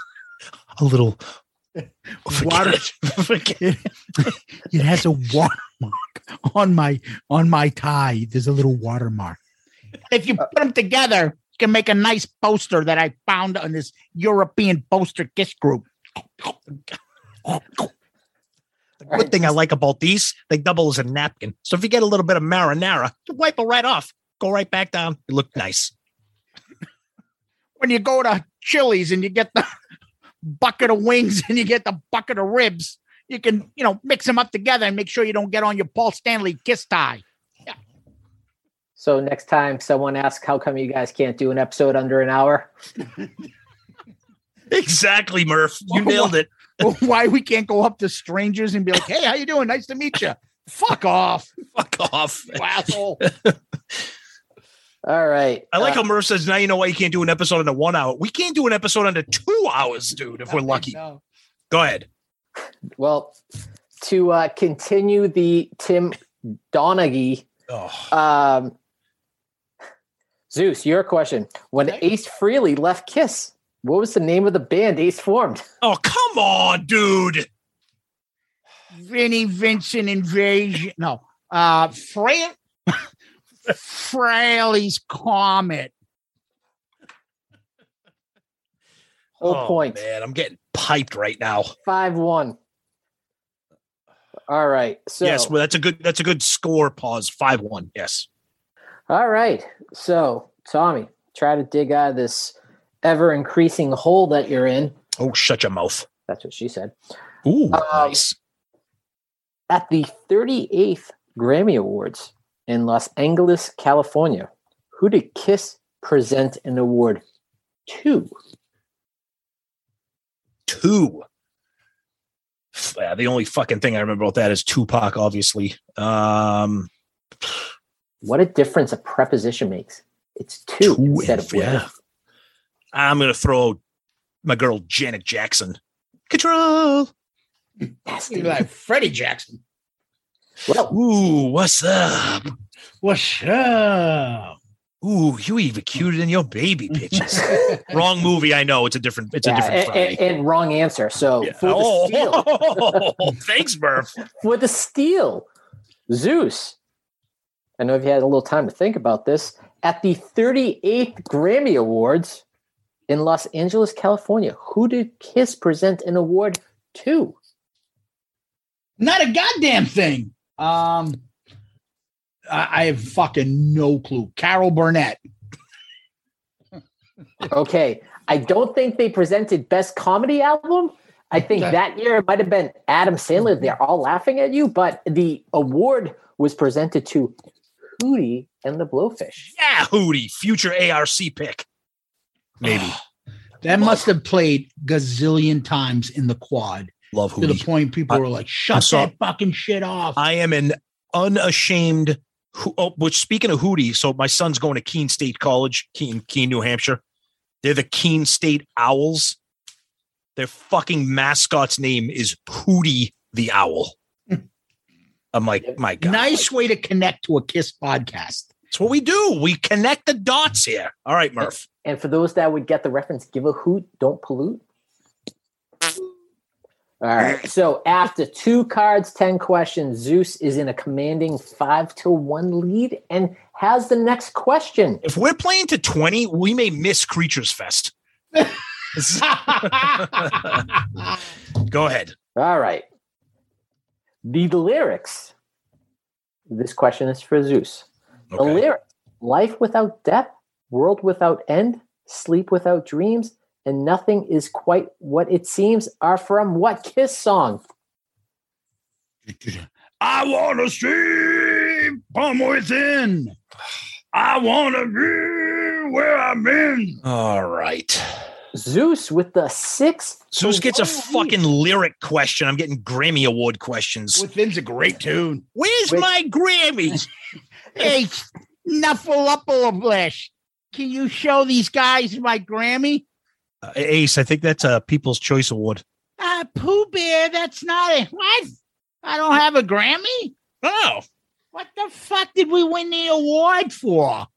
a little
water. it it has a watermark on my on my tie. There's a little watermark. If you put them together, can make a nice poster that I found on this European poster kiss group.
Good thing I like about these, they double as a napkin. So if you get a little bit of marinara, you wipe it right off. Go right back down. You look nice.
When you go to Chili's and you get the bucket of wings and you get the bucket of ribs, you can, you know, mix them up together and make sure you don't get on your Paul Stanley kiss tie.
So next time someone asks, how come you guys can't do an episode under an hour?
Exactly, Murph. You nailed it.
Why we can't go up to strangers and be like, hey, how you doing? Nice to meet you. Fuck off,
Fuck off.
you asshole.
All right.
I like
Uh,
how Murph says, now you know why you can't do an episode under one hour. We can't do an episode under two hours, dude, if we're lucky.
No.
Go ahead.
well, to uh, continue the Tim Donaghy
Oh,
um, Zeus, your question. When Ace Freely left Kiss, what was the name of the band Ace formed?
oh come on, dude.
Vinnie Vincent invasion. No, uh, Fra- Fraley's Comet.
Whole
oh,
point.
Man, I'm getting piped right now.
Five one. All right. So
yes, well, that's a good that's a good score pause. Five one. Yes.
all right. So Tommy, try to dig out of this ever increasing hole that you're in.
Oh, shut your mouth.
That's what she said.
Ooh,
Um,
nice.
At the 38th Grammy Awards in Los Angeles, California, who did Kiss present an award to?
Two. F- Yeah, the only fucking thing I remember about that is Tupac, obviously. Um
What a difference a preposition makes. It's two,
Two
instead
and-
of one.
yeah. I'm gonna throw my girl Janet Jackson. Control.
Nasty.
You're like Freddie Jackson.
Well,
Ooh, what's up?
What's up?
Ooh, you even cuter than your baby pictures. Wrong movie, I know. It's a different. It's a
yeah,
different.
and,
Friday.
and- and wrong answer. So
Yeah.
for, the steal,
Oh, thanks, Murph.
for the steal, Zeus. I know if you had a little time to think about this. At the 38th Grammy Awards in Los Angeles, California, who did Kiss present an award to?
Not a goddamn thing. Um, I, I have fucking no clue. Carol Burnett.
Okay. I don't think they presented Best Comedy Album. I think
Okay.
that year it might have been Adam Sandler. They're all laughing at you, but the award was presented to Hootie and the Blowfish.
Yeah, Hootie, future ARC pick. Maybe.
That must have played gazillion times in the quad
Love
to the
Hootie.
point people
I-
were like,
I
"Shut
saw-
that fucking shit off."
I am an unashamed. Hoo- Oh, which speaking of Hootie, so my son's going to Keene State College, Keene, Keene, New Hampshire. They're the Keene State Owls. Their fucking mascot's name is Hootie the Owl. I'm like, my God.
nice way to connect to a Kiss podcast.
That's what we do. We connect the dots here. All right, Murph.
And for those that would get the reference, give a hoot, don't pollute. All right. So after two cards, 10 questions, Zeus is in a commanding five to one lead and has the next question.
If we're playing to 20, we may miss Creatures Fest. Go ahead.
All right. The lyrics. This question is for Zeus. The
Okay.
lyrics Life without death, world without end, sleep without dreams, and nothing is quite what it seems are from what Kiss song?
I want to see from within. I want to be where I'm in.
All right.
Zeus with the six.
Zeus
to
gets a
one
fucking
lead.
lyric question. I'm getting Grammy Award questions.
Within's a great tune.
Where's
Which-
my Grammys?
Hey, Snuffleupagus, can you show these guys my Grammy?
Uh, Ace, I think that's a People's Choice Award.
Uh, Pooh Bear, that's not it. What? I don't have a Grammy?
Oh,
What the fuck did we win the award for?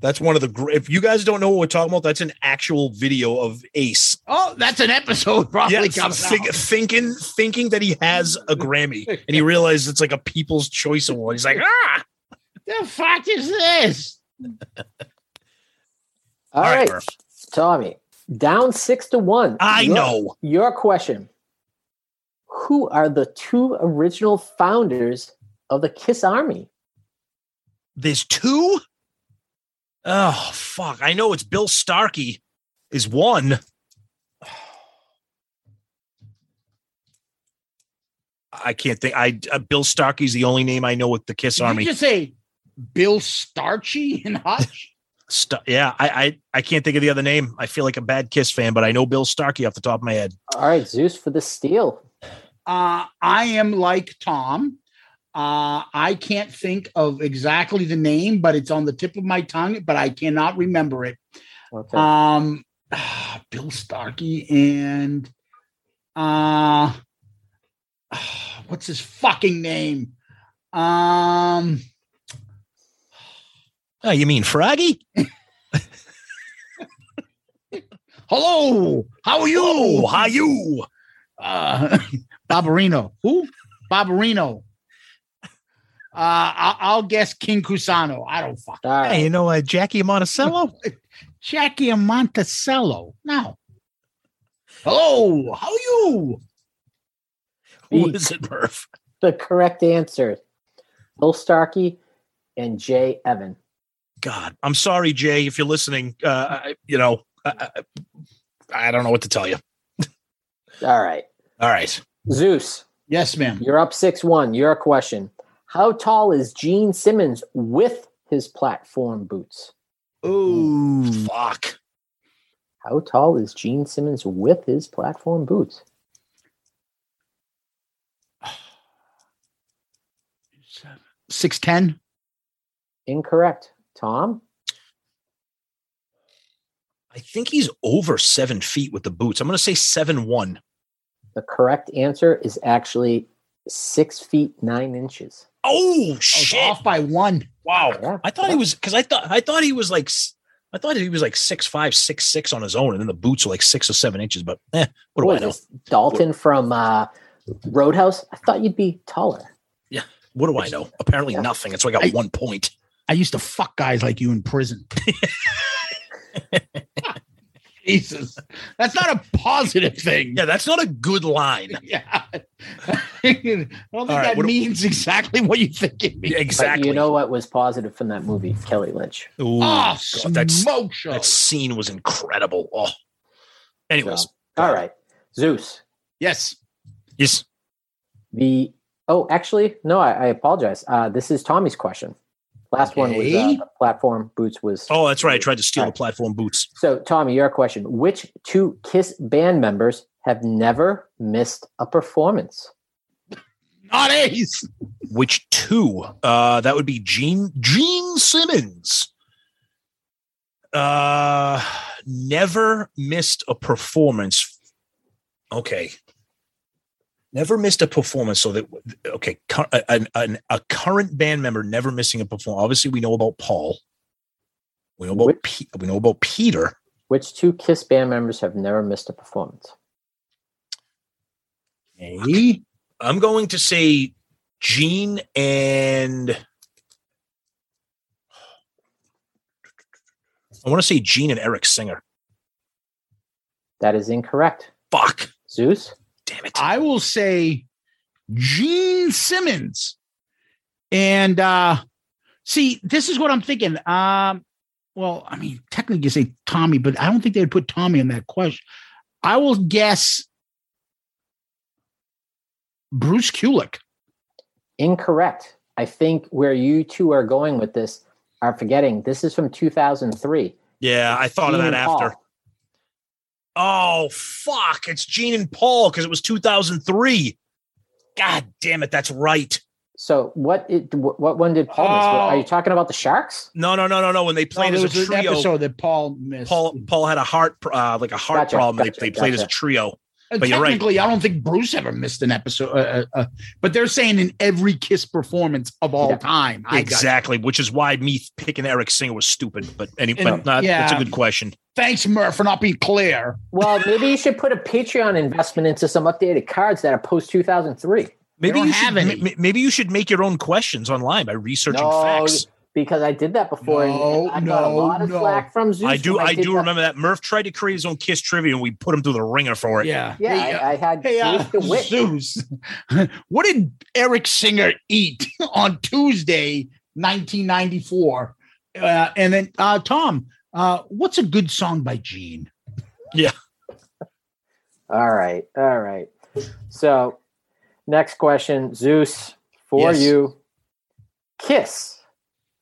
that's one of the. gr- If you guys don't know what we're talking about, that's an actual video of Ace.
Oh, that's an episode probably
Yeah,
coming out.
think- thinking, thinking that he has a Grammy, and he realizes it's like a People's Choice
Ah,
Award. He's like, ah.
The fuck is this?
All
All
right,
right, Murph.
Tommy, down six to one.
I
Your-
know.
Your question Who are the two original founders of the Kiss Army?
There's two. Oh fuck! I know it's Bill Starkey is one. I can't think. I uh, Bill Starkey's the only name I know with the Kiss
Did
Army.
you just say Bill Starchy and Hutch?
St- yeah, I, I I can't think of the other name. I feel like a bad Kiss fan, but I know Bill Starkey off the top of my head.
All right, Zeus for the steal.
uh, I am like Tom. Uh, I can't think of exactly the name, but it's on the tip of my tongue, but I cannot remember it.
Okay.
Uh,
Um, Bill Starkey and uh, what's his fucking name? Um,
Oh, you mean Froggy?
hello, how are you?
Oh, how you?
uh, Barbarino. Who? Barbarino. Uh, I'll, I'll guess King Cusano. I don't fuck.
All right.
Hey, you know uh, Jackie Monticello?
Jackie and Monticello. No. Hello, how are you?
Who is it, Murph?
The correct answer Bill Starkey and Jay Evan.
God, I'm sorry, Jay, if you're listening. Uh, I- you know, I, I, I don't know what to tell you.
All right.
All right,
Zeus,
Yes, ma'am.
you're up 6 1. Your question How tall is Gene Simmons with his platform boots?
Oh fuck!
How tall is Gene Simmons with his platform boots?
Six ten.
Incorrect. Tom?
I think he's over seven feet with the boots. I'm going to say seven one.
The correct answer is actually six feet nine inches.
Oh
I was
shit!
off by one.
Wow.
Yeah.
I thought he was because I thought I thought he was like s- I thought he was like six five six six on his own, and then the boots were like six or seven inches. But eh, what do
What
I know?
is this, Dalton from uh, Roadhouse? I thought you'd be taller.
What do I know? Apparently
Yeah.
nothing. It's like a
I-
one point.
I used to fuck guys like you in prison. Jesus, that's not a positive thing.
Yeah, that's not a good line.
Yeah. I don't think
right,
that
what do-
means exactly what you think it means.
Yeah,
But
exactly.
you know what was positive from that movie, Kelly Lynch?
Ooh,
Oh,
God, that's
smoke show.
that scene was incredible. Oh. Anyways,
All right. Zeus.
yes.
yes.
The oh, actually, no, I, I apologize. Uh, this is Tommy's question. Last one was uh,
Okay.
the platform boots was
Oh, that's right. I tried to steal
All right.
the platform boots.
so. Tommy, your question: Which two Kiss band members have never missed a performance?
Not Ace.
Which two? Uh, that would be Gene Gene Simmons. Uh, never missed a performance. Okay, never missed a performance. So that okay, cur- a- an, an, a current band member never missing a performance. Obviously, we know about Paul. We know about
Which-
Pe- we know about Peter.
Which two Kiss band members have never missed a performance?
Hey.
I'm going to say Gene and I want to say Gene and Eric Singer.
That is incorrect.
Fuck.
Zeus.
Damn it.
I will say Gene Simmons. And uh see, this is what I'm thinking. Um, well, I mean, technically you say Tommy, but I don't think they would put Tommy in that question. I will guess Bruce Kulick.
Incorrect. I think where you two are going with this are forgetting. This is from 2003.
Yeah, I thought of
Gene
that
and
after.
Paul.
Oh fuck, it's Gene and Paul because it was 2003. God damn it, that's right.
So what? It, wh- what one did Paul miss? What- Are you
Oh.
talking about the Sharks?
No, no, no, no, no. When they played as
No, Oh, there
a
was an
trio,
episode that Paul missed.
Paul Paul had a heart pr- uh, like a heart
Gotcha,
problem.
gotcha,
they, they played as a
gotcha.
trio.
And
but you're right.
technically, I don't think Bruce ever missed an episode. Uh, uh, uh, but they're saying in every Kiss performance of all
Yeah.
time. I got you.
Exactly, which is why me picking Eric Singer was stupid. But anyway,
And-
but not, that's a
yeah.
good question.
Thanks, Murph, for not being clear.
Well, maybe you should put a Patreon investment into some updated cards that are post 2003.
Maybe
don't
you should
have any.
ma- ma- maybe you should make your own questions online by researching
No,
facts.
because I did that before.
No,
and I got a
no,
lot of
no.
slack from Zeus.
I do.
when
I,
did
do
that.
remember that Murph tried to create his own Kiss trivia, and we put him through the ringer for it.
Yeah.
Yeah,
Hey,
I, I had
Hey, uh,
Zeus DeWitt.
Zeus, what did Eric Singer eat on Tuesday, 1994? Uh, and then, uh, Tom, uh, what's a good song by Gene?
All right. All right. So, next question, Zeus, for
Yes.
you. Kiss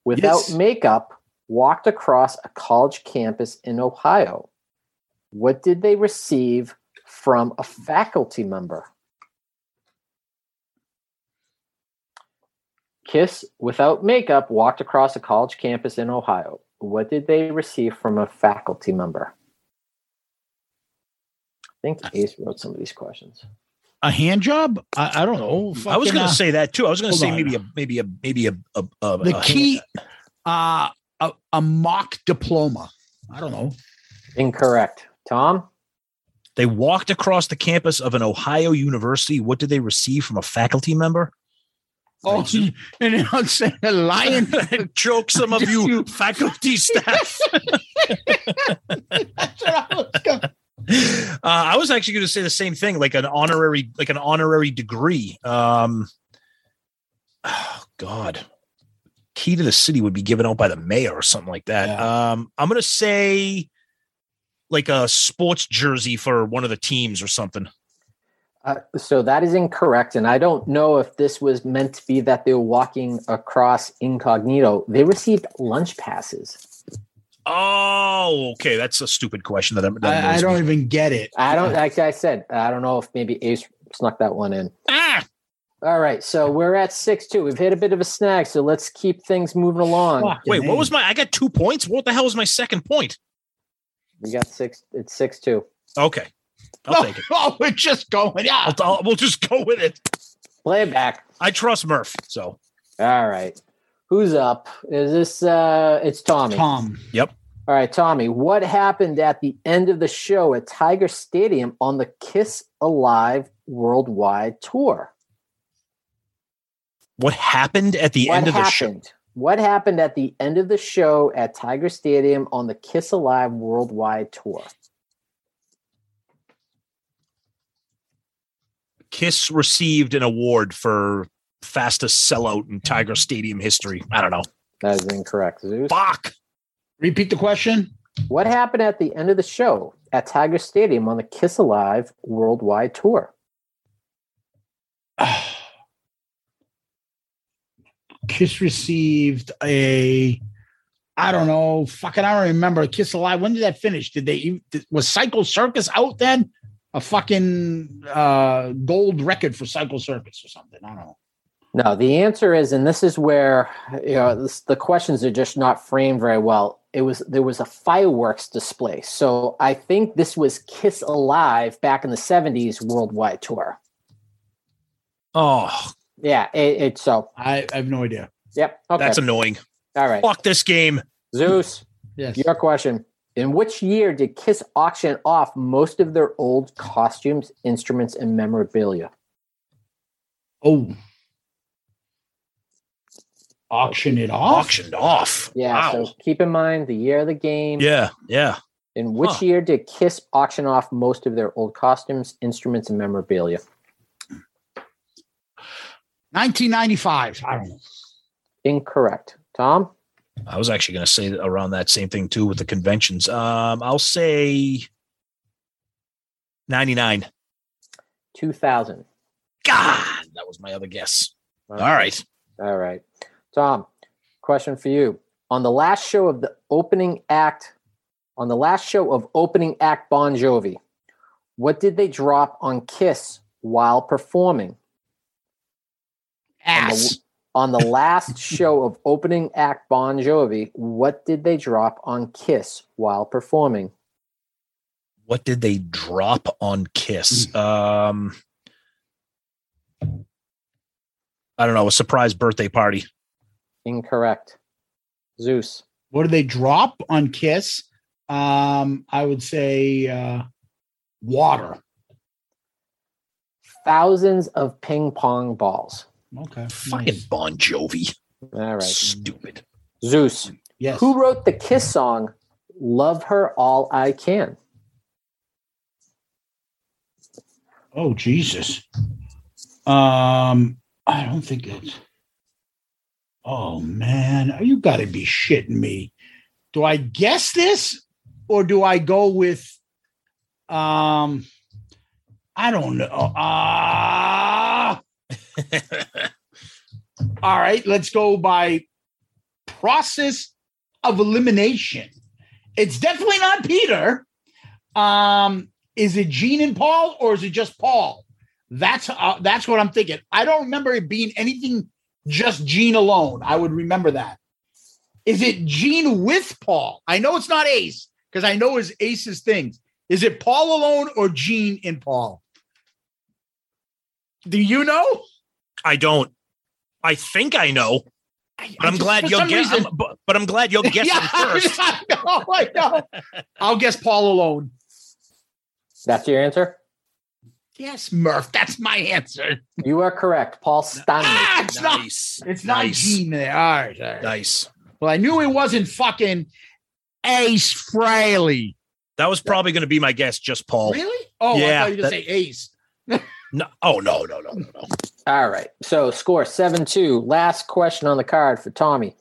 without
Yes.
makeup walked across a college campus in Ohio. What did they receive from a faculty member? Kiss without makeup walked across a college campus in Ohio. What did they receive from a faculty member? I think Ace wrote some of these questions.
A hand job? I, I don't know.
I was
Fucking,
going
uh,
to say that too. I was going to
hold
say
on.
maybe a maybe a maybe a, a, a
the
a-
key, uh, a, a mock diploma. I don't know.
Incorrect. Tom?
They walked across the campus of an Ohio university. What did they receive from a faculty member?
Oh, and I'm saying a lion.
Choke some of you
You-
faculty staff.
That's what I was gonna-
uh, I was actually going to say the same thing, like an honorary, like an honorary degree. Um, oh God, key to the city would be given out by the mayor or something like that. Um, I'm going to say like a sports jersey for one of the teams or something.
Uh, so that is incorrect. And I don't know if this was meant to be that they were walking across incognito. They received lunch passes.
Oh, okay, that's a stupid question that I'm. That
I, I
annoys
don't
me.
even get it.
I don't, like I said, I don't know if maybe Ace snuck that one in.
Ah,
All right. So we're at 6 2. We've hit a bit of a snag. So let's keep things moving along.
Fucking
wait, what
A.
was my? I got two points. What the hell was my second point?
We got six. It's 6 2.
Okay, I'll
Oh,
take it.
oh, we're just going. Yeah.
I'll, I'll, we'll just go with it.
Play it back.
I trust Murph. So
All right. Who's up? Is this, uh, it's Tommy.
Tom.
All right, Tommy, what happened at the end of the show at Tiger Stadium on the Kiss Alive Worldwide Tour?
what happened at the
what
end of the show?
happened? What happened at the end of the show at Tiger Stadium on the Kiss Alive Worldwide Tour?
Kiss received an award for fastest sellout in Tiger Stadium history. I don't know.
That is incorrect, Zeus.
Fuck.
Repeat the question.
What happened at the end of the show at Tiger Stadium on the Kiss Alive Worldwide Tour?
Kiss received a, I don't know, fucking, I don't remember. Kiss Alive. When did that finish? Did they, even- did- was Psycho Circus out then? A fucking uh, gold record for Psycho Circus or something. I don't know.
No, the answer is, and this is where you know this, the questions are just not framed very well. It was there was a fireworks display, so I think this was Kiss Alive back in the '70s worldwide tour.
Oh,
Yeah, it, it so
I, I have no idea.
yep. Okay,
that's annoying.
all right.
Fuck this game.
Zeus,
Yes.
your question: In which year did Kiss auction off most of their old costumes, instruments, and memorabilia?
Oh. Auction it off.
Auctioned off.
Yeah,
Wow.
so keep in mind the year of the game.
yeah. Yeah.
In which
Huh.
year did Kiss auction off most of their old costumes, instruments, and memorabilia?
1995. I don't know.
Incorrect. Tom?
I was actually going to say around that same thing too with the conventions. Um, I'll say 99.
2000.
God, that was my other guess. All right.
All right. Tom, question for you. On the last show of the opening act, on the last show of opening act Bon Jovi, what did they drop on Kiss while performing? On the,
Ass.
on the last show of opening act Bon Jovi, what did they drop on Kiss while performing?
what did they drop on
Hmm.
Kiss? Um, I don't know, a surprise birthday party.
Incorrect. Zeus.
What do they drop on Kiss? Um, I would say uh, water.
Thousands of ping pong balls.
Okay.
Fucking
nice.
Bon Jovi.
All right.
Stupid.
Zeus.
Yes.
Who wrote the Kiss song, Love Her All I Can?
Oh Jesus. Um, I don't think it's. Oh man, you got to be shitting me. Do I guess this, or do I go with? Um, I don't know. Ah. all right, let's go by process of elimination. It's definitely not Peter. Um, is it Gene and Paul or is it just Paul? That's uh, that's what I'm thinking. I don't remember it being anything just Gene alone. I would remember that. Is it Gene with Paul? I know it's not Ace because I know his Ace's things. Is it Paul alone or Gene and Paul? Do you know?
I don't. I think I know,
I-
but
I
I'm
just-
glad
for
you'll
some
guess.
reason-
I'm- But, but I'm glad you'll guess
yeah,
them first.
I know, I know. I'll guess Paul alone.
That's your answer?
Yes, Murph. That's my answer.
You are correct. Paul Stanley.
Ah, it's not.
nice.
It's not
nice.
Gene there. All right, all right.
Nice.
Well, I knew it wasn't fucking Ace Fraley.
That was probably going to be my guess. Just Paul.
Really? Oh, I
Yeah,
thought you
that-
were going to say Ace.
No. Oh no no no
Hmm.
no no.
All right. So score 7 2. Last question on the card for Tommy.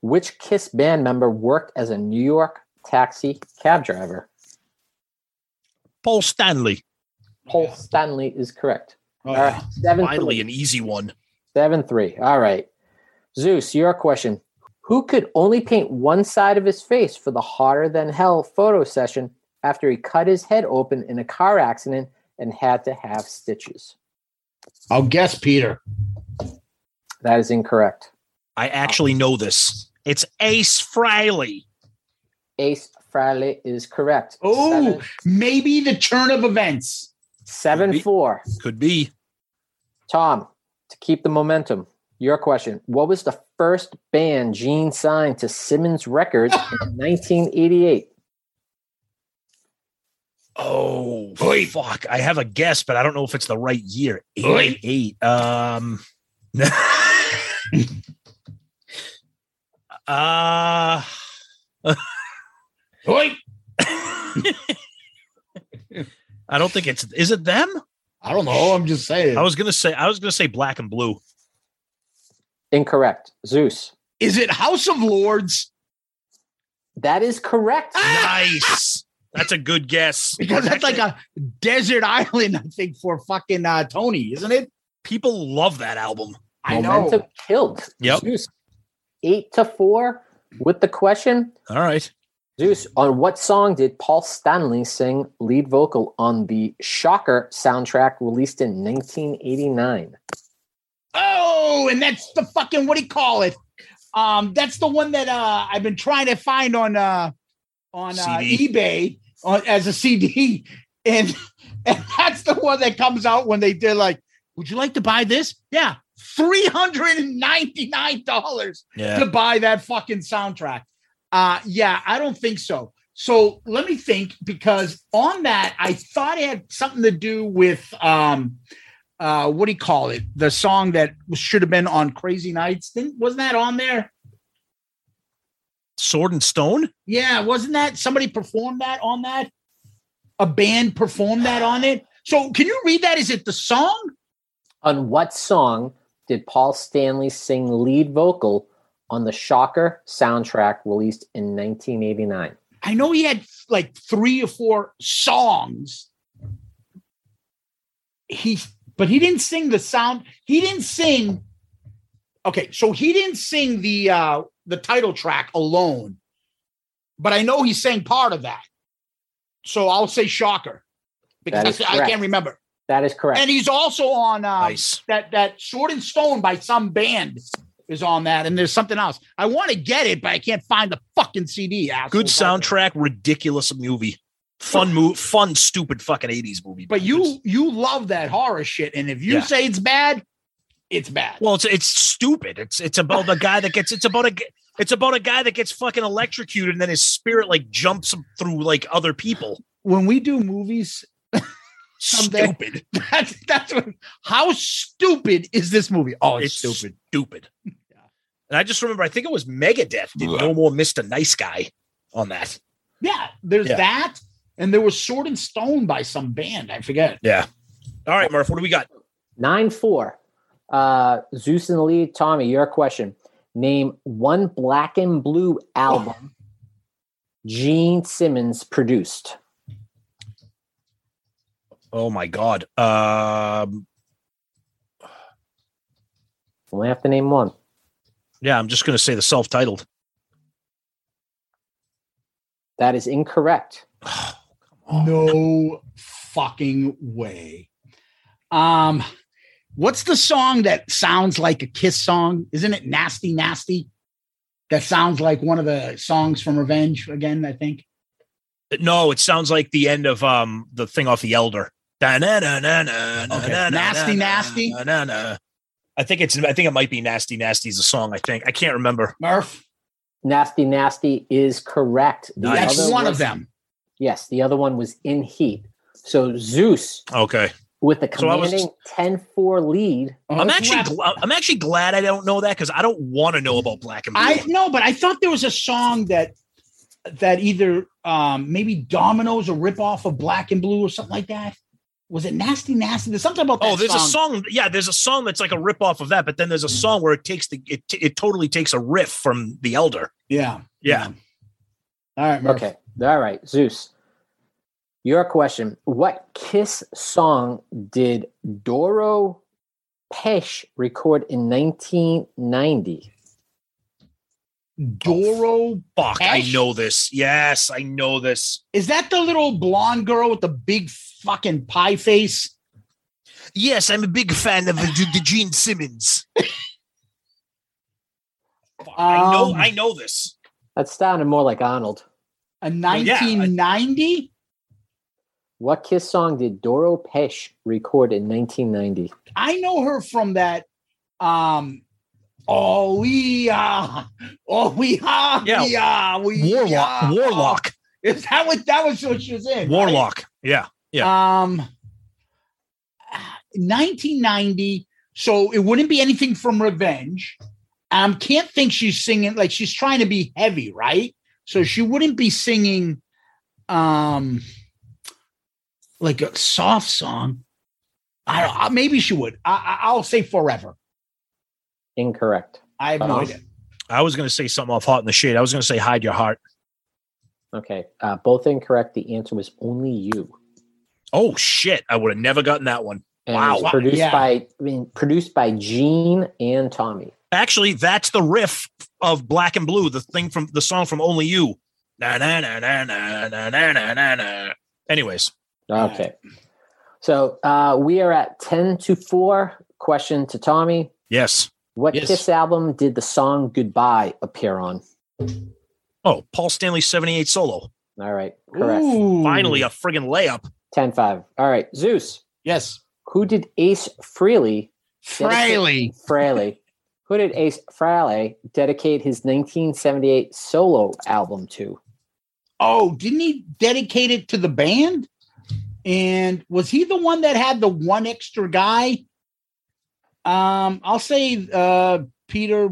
Which Kiss band member worked as a New York taxi cab driver?
Paul Stanley.
Paul Stanley is correct.
Oh,
All right. 7
Finally, an easy one.
Seven three. All right. Zeus, your question. Who could only paint one side of his face for the hotter than hell photo session after he cut his head open in a car accident and had to have stitches?
I'll guess Peter.
That is incorrect.
I actually know this. It's Ace Frehley.
Ace Fraley is correct.
Oh,
Seven-
maybe the turn of events.
seven
Be-
four.
Could be.
Tom, to keep the momentum, your question. What was the first band Gene signed to Simmons Records in 1988?
Oh fuck! I have a guess, but I don't know if it's the right year. Eighty-eight. Um. uh
Oi.
I don't think it's. Is it them?
I don't know. I'm just saying.
I was gonna say. I was gonna say black and blue.
Incorrect. Zeus.
Is it House of Lords?
That is correct.
Ah! Nice. That's a good guess.
Because that's like a desert island, I think, for fucking uh, Tony, isn't it?
people love that album.
I
Momentum
know.
killed.
Yep.
Zeus, eight to four with the question.
All right.
Zeus, on what song did Paul Stanley sing lead vocal on the Shocker soundtrack released in 1989?
Oh, and that's the fucking what do you call it? Um, that's the one that uh I've been trying to find on uh on uh,
CD.
eBay on, as a CD, and and that's the one that comes out when they they're like, "Would you like to buy this?" Yeah, three hundred and ninety nine dollars.
Yeah.
to buy that fucking soundtrack. Uh yeah, I don't think so. So let me think because on that I thought it had something to do with um uh what do you call it? The song that should have been on Crazy Nights. Didn't, wasn't that on there?
Sword and Stone.
Yeah, wasn't that somebody performed that on that? A band performed that on it. So can you read that? Is it the song?
On what song did Paul Stanley sing lead vocal on the Shocker soundtrack released in 1989?
I know he had like three or four songs. He, but he didn't sing the sound. He didn't sing. Okay, so he didn't sing the uh the title track alone, but I know he sang part of that. So I'll say shocker
That is
because I, I
correct.
can't remember.
That is correct.
And he's also on um,
Nice.
that that Sword and Stone by some band is on that, and there's something else. I want to get it, but I can't find the fucking CD.
Good
asshole.
soundtrack. Ridiculous movie. Fun move. Fun stupid fucking eighties movie.
But you you love that horror shit, and if you
Yeah.
say it's bad, it's bad.
Well, it's it's stupid. It's it's about the guy that gets. It's about a. g- It's about a guy that gets fucking electrocuted and then his spirit like jumps him through like other people.
When we do movies, Someday.
Stupid.
that's that's what, how stupid is this movie? Oh, it's,
It's
stupid.
Stupid. And I just remember, I think it was Megadeth did
Blah.
No More Mr. Nice Guy on that.
Yeah, there's
Yeah.
that, and there was Sword and Stone by some band. I forget.
Yeah. All right, Murph, what do we got?
Nine four. Uh, Zeus in the lead. Tommy, your question. Name one black and blue album Gene Simmons produced.
Oh my God. Um,
Only have to name one.
yeah, I'm just going to say the self titled.
That is incorrect.
Oh, No fucking way. Um, what's the song that sounds like a Kiss song? Isn't it "Nasty Nasty"? That sounds like one of the songs from Revenge. Again, I think.
No, it sounds like the end of um the thing off The Elder.
Okay.
Nasty,
Nasty, nasty.
I think it's. I think it might be "Nasty Nasty" is a song. I think I can't remember.
Murph,
Nasty Nasty is correct. The
Nice.
that's
other
one
was-
of them.
Yes, the other one was in heat. So Zeus
Okay,
with a
So I was-
commanding 10-4 lead.
I'm
Murph
actually. Gl-
Webb.
I'm actually glad I don't know that because I don't want to know about Black and Blue.
I no, but I thought there was a song that that either um maybe Domino's or rip off of Black and Blue or something like that. Was it Nasty Nasty? There's something about that
Oh, there's a song. Yeah, there's a song that's like a rip off of that, but then there's a song where it takes the it, t- it totally takes a riff from The Elder.
Yeah.
Yeah.
Mm. All right, Murph.
Okay. All right, Zeus. Your question. What Kiss song did Doro Pesh record in 1990?
Doro.
Fuck, I
Ash?
know this. Yes, I know this.
Is that the little blonde girl with the big fucking pie face?
Yes, I'm a big fan of the, the Gene Simmons. I know.
Um,
I know this.
That sounded more like Arnold.
A
yeah, I-
1990?
What Kiss song did Doro Pesh record in 1990?
I know her from that um Oh we are, oh we are,
Yeah.
we are, we
Warlock.
are.
Warlock.
Is that what that was what she was in? right?
Warlock. Yeah.
Um 1990. So it wouldn't be anything from Revenge. Um, can't think she's singing like she's trying to be heavy, right? So she wouldn't be singing um like a soft song. I don't I- maybe she would. I, I I'll say forever.
Incorrect.
I have no
Uh-huh.
idea.
I was going to say something off Hot in the Shade. I was going to say Hide Your Heart.
Okay. Uh, both incorrect. The answer was only you.
Oh shit! I would have never gotten that one.
And
Wow.
it was produced
Yeah.
by I mean, produced by Gene and Tommy.
Actually, that's the riff of Black and Blue, the thing from the song from Only You. Na na na na na na na na na. na. Anyways,
Okay. So uh, we are at 10 to 4. Question to Tommy.
yes.
What
Yes.
Kiss album did the song Goodbye appear on?
Oh, Paul Stanley '78 solo.
All right. Correct.
Ooh.
Finally, a friggin' layup.
Ten five. 10 5. All right. Zeus,
Yes.
who did Ace Freely,
Fraley.
Fraley, who did Ace Frehley dedicate his 1978 solo album to?
Oh, didn't he dedicate it to the band? And was he the one that had the one extra guy? Um, I'll say uh Peter,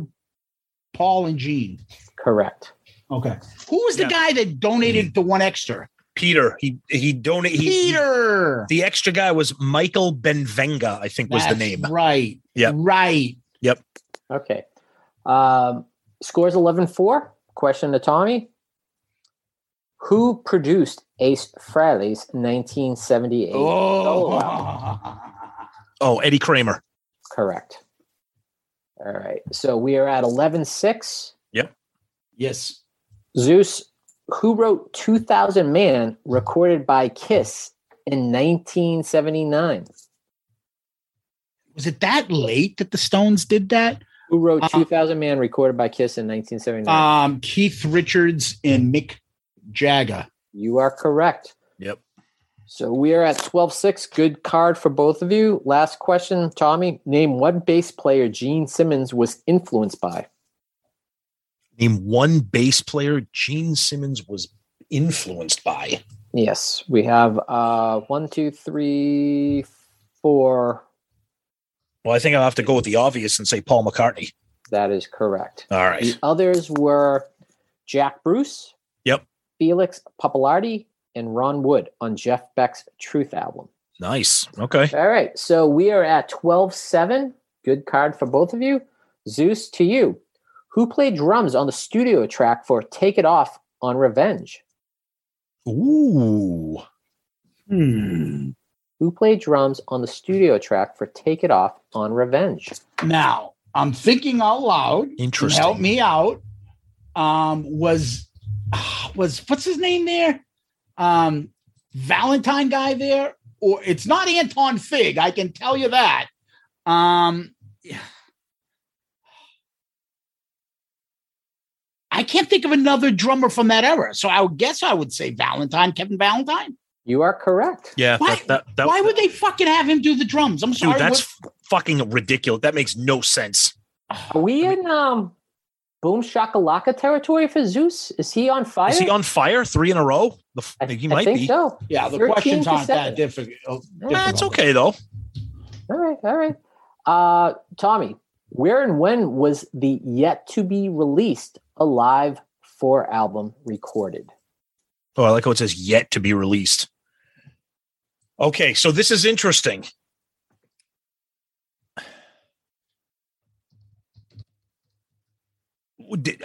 Paul, and Gene.
Correct.
Okay. Who was the
Yeah.
guy that donated the one extra?
Peter, he he donated. he- he-
Peter.
The extra guy was Michael Benvenga, I think was the
That's
name.
Right.
Yep.
Right.
Okay. Um, scores 11 4. Question to Tommy. Who produced Ace Frehley's 1978?
Oh.
Oh, Eddie Kramer.
Correct. All right. So we are at 11 6.
Yes.
Zeus, who wrote 2000 Man, recorded by Kiss in 1979?
Was it that late that the Stones did that?
Who wrote
Uh,
2000 Man, recorded by Kiss in 1979?
Um, Keith Richards and Mick Jagger.
you are correct.
Yep.
So we are at 12 6. Good card for both of you. Last question, Tommy. Name one bass player Gene Simmons was influenced by.
Name one bass player Gene Simmons was influenced by.
Yes, we have uh, one, two, three, four.
Well, I think I'll have to go with the obvious and say Paul McCartney.
that is correct.
All
The
right.
others were Jack Bruce,
Yep.
Felix Papalardi, and Ron Wood on Jeff Beck's Truth album.
Nice. Okay.
All right, so we are at 12 7. Good card for both of you. Zeus, to you. Who played drums on the studio track for Take It Off on Revenge?
Ooh.
Hmm.
Who played drums on the studio track for Take It Off on Revenge?
Now, I'm thinking out loud.
Interesting.
Help me out. Um, was ah, was what's his name there? Um, Valentine guy there, or it's not Anton Fig. I can tell you that. Um, I can't think of another drummer from that era, so I would guess I would say Valentine, Kevin Valentine.
You are correct.
Yeah.
Why-
That, that, that,
Why would they fucking have him do the drums? I'm
Dude,
sorry.
that's
what-
f- fucking ridiculous. That makes no sense.
Are we in um, Boom Shakalaka territory for Zeus? Is he on fire?
Is he on fire? Three in a row? The, f-
I,
he
I
might
think
be.
so.
yeah, the
13
questions
to
aren't
seven.
that difficult.
Nah, it's okay though.
All right, all right. Uh, Tommy, where and when was the yet to be released Alive 4 album recorded?
Oh, I like how it says yet to be released. Okay, so this is interesting.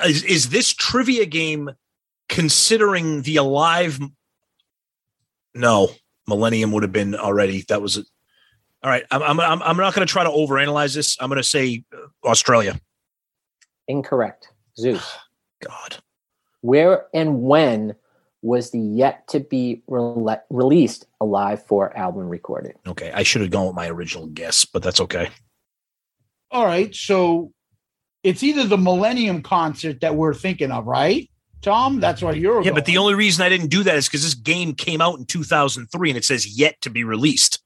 Is, is this trivia game considering the alive? No, Millennium would have been already. That was it. All right, I'm, I'm, I'm I'm not going to try to overanalyze this. I'm going to say uh, Australia.
Incorrect. Zeus,
God.
where and when was the yet to be rele- released Alive 4 album recorded?
Okay, I should have gone with my original guess, but that's okay.
All right, so it's either the Millennium concert that we're thinking of, right, Tom? That's what you're.
Yeah, but the
going.
only reason I didn't do that is because this game came out in 2003 and it says yet to be released.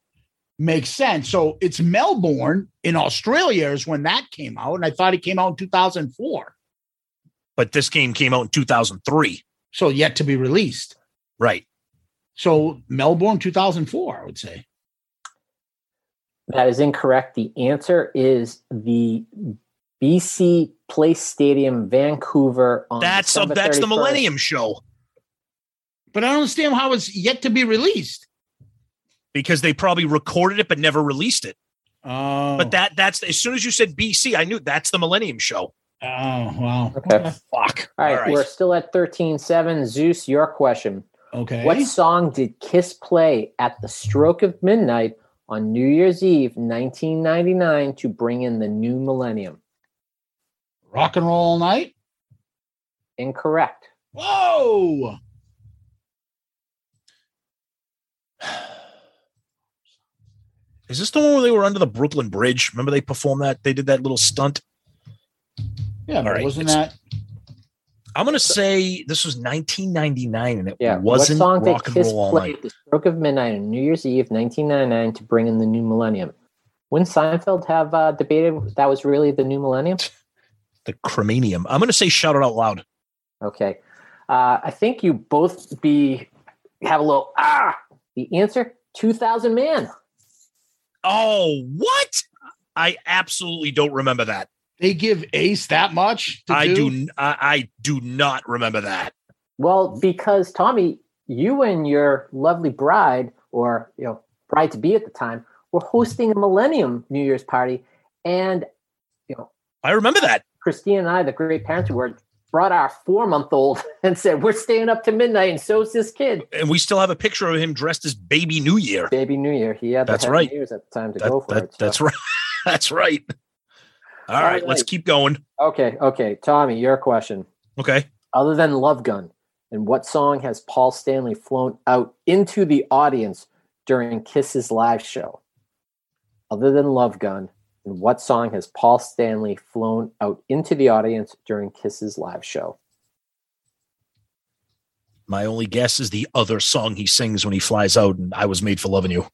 makes sense. So it's Melbourne in Australia is when that came out, and I thought it came out in 2004.
But this game came out in 2003.
So yet to be released.
Right.
So Melbourne 2004, I would say.
That is incorrect. The answer is the BC Place Stadium, Vancouver. On
that's uh,
December
that's the
31st.
Millennium Show
But I don't understand how it's yet to be released.
because they probably recorded it but never released it.
Oh,
But that that's as soon as you said BC, I knew that's the Millennium Show.
Oh wow.
Okay.
Fuck.
All right, we're still at 13 7. Zeus, your question.
Okay.
What song did Kiss play at the stroke of midnight on New Year's Eve 1999 to bring in the new millennium?
Rock and roll all night.
Incorrect.
Whoa.
Is this the one where they were under the Brooklyn Bridge? Remember they performed that? They did that little stunt.
Yeah, but
right,
wasn't
it's-
that
I'm gonna say this was 1999 and it
Yeah.
wasn't
what song
rock
did
and
Kiss
roll all
play
night.
at the stroke of midnight on New Year's Eve 1999 to bring in the new millennium? Wouldn't Seinfeld have uh, debated that was really the new millennium?
The Cremanium. I'm gonna say shout it out loud.
Okay. Uh, I think you both be have a little ah. The answer 2000 Man.
Oh, what? I absolutely don't remember that.
they give Ace that much? to
I do. n- I, I do not remember that.
Well, because Tommy, you and your lovely bride, or you know, bride to be at the time, were hosting a Millennium New Year's party, and
I remember that.
Christine and I, the great parents we were, brought our four-month-old and said, "We're staying up to midnight," and so's this kid.
And we still have a picture of him dressed as Baby New Year.
Baby New Year, he had the
That's
heavy
right.
years at the time to
That-
go for
that-
it. so-
that's right. that's right. All
All
right, let's
right.
keep going.
Okay, okay, Tommy, your question.
Okay.
Other than Love Gun, and what song has Paul Stanley flown out into the audience during Kiss's live show? Other than Love Gun, and what song has Paul Stanley flown out into the audience during Kiss's live show?
My only guess is the other song he sings when he flies out, and I was made for loving you.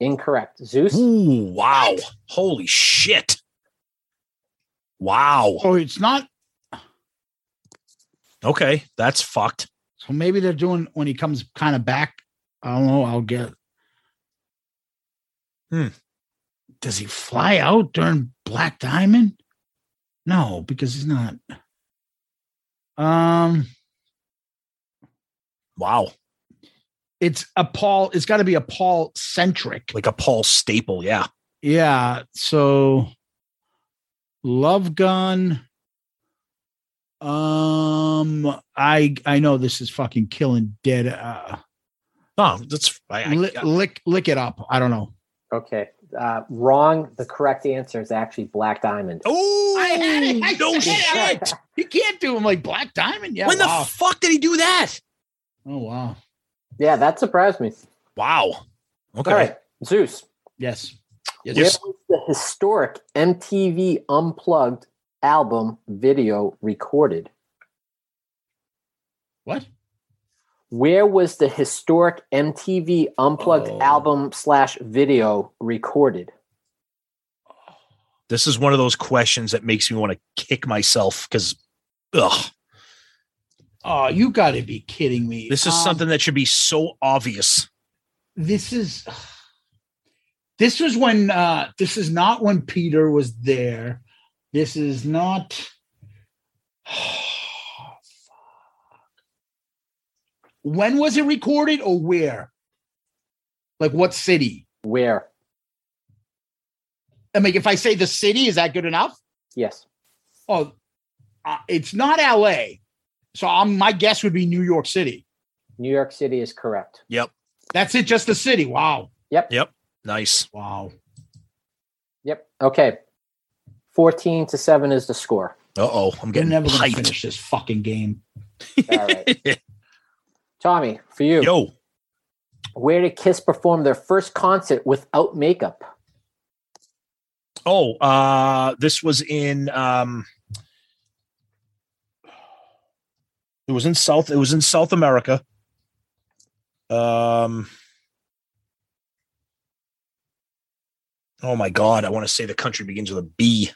Incorrect. Zeus?
Ooh, wow. Holy shit. Wow.
Oh, it's not.
Okay. That's fucked.
So maybe they're doing when he comes kind of back. I don't know. I'll get.
Hmm.
Does he fly out during Black Diamond? No, because he's not. Um,
Wow.
it's a Paul. It's got to be a Paul centric.
Like a Paul staple. Yeah.
Yeah. So, Love Gun. Um, I I know this is fucking killing dead. Uh,
No, that's I, I,
lick, lick lick it up. I don't know.
Okay. Uh, wrong. The correct answer is actually Black Diamond.
Oh,
I had it. I
no
said it.
shit.
You can't do him like Black Diamond. Yeah.
when
wow.
the fuck did he do that?
oh wow.
Yeah, that surprised me.
Wow. Okay.
All right, Zeus.
Yes. Yes.
Yes.
Where was the historic MTV Unplugged album video recorded?
What?
Where was the historic MTV Unplugged
Oh.
album slash video recorded?
This is one of those questions that makes me want to kick myself because, ugh,
Oh, you got to be kidding me.
this is
Um,
something that should be so obvious.
This is. This was when. uh This is not when Peter was there. This is not. When was it recorded or where? Like what city?
Where?
I mean, if I say the city, is that good enough?
Yes.
Oh, uh, it's not L.A. So I'm, my guess would be New York City.
New York City is correct.
That's it, just the city. Wow.
Nice.
Wow.
Yep. Okay. 14 to 7 is the score.
Uh oh, I'm
We're
getting
never going to
hyped.
finish this fucking game.
All right. Tommy, for you,
Yo,
where did Kiss perform their first concert without makeup?
oh, uh, this was in um, it was in South, it was in South America. Um, oh my God, I want to say the country begins with a B.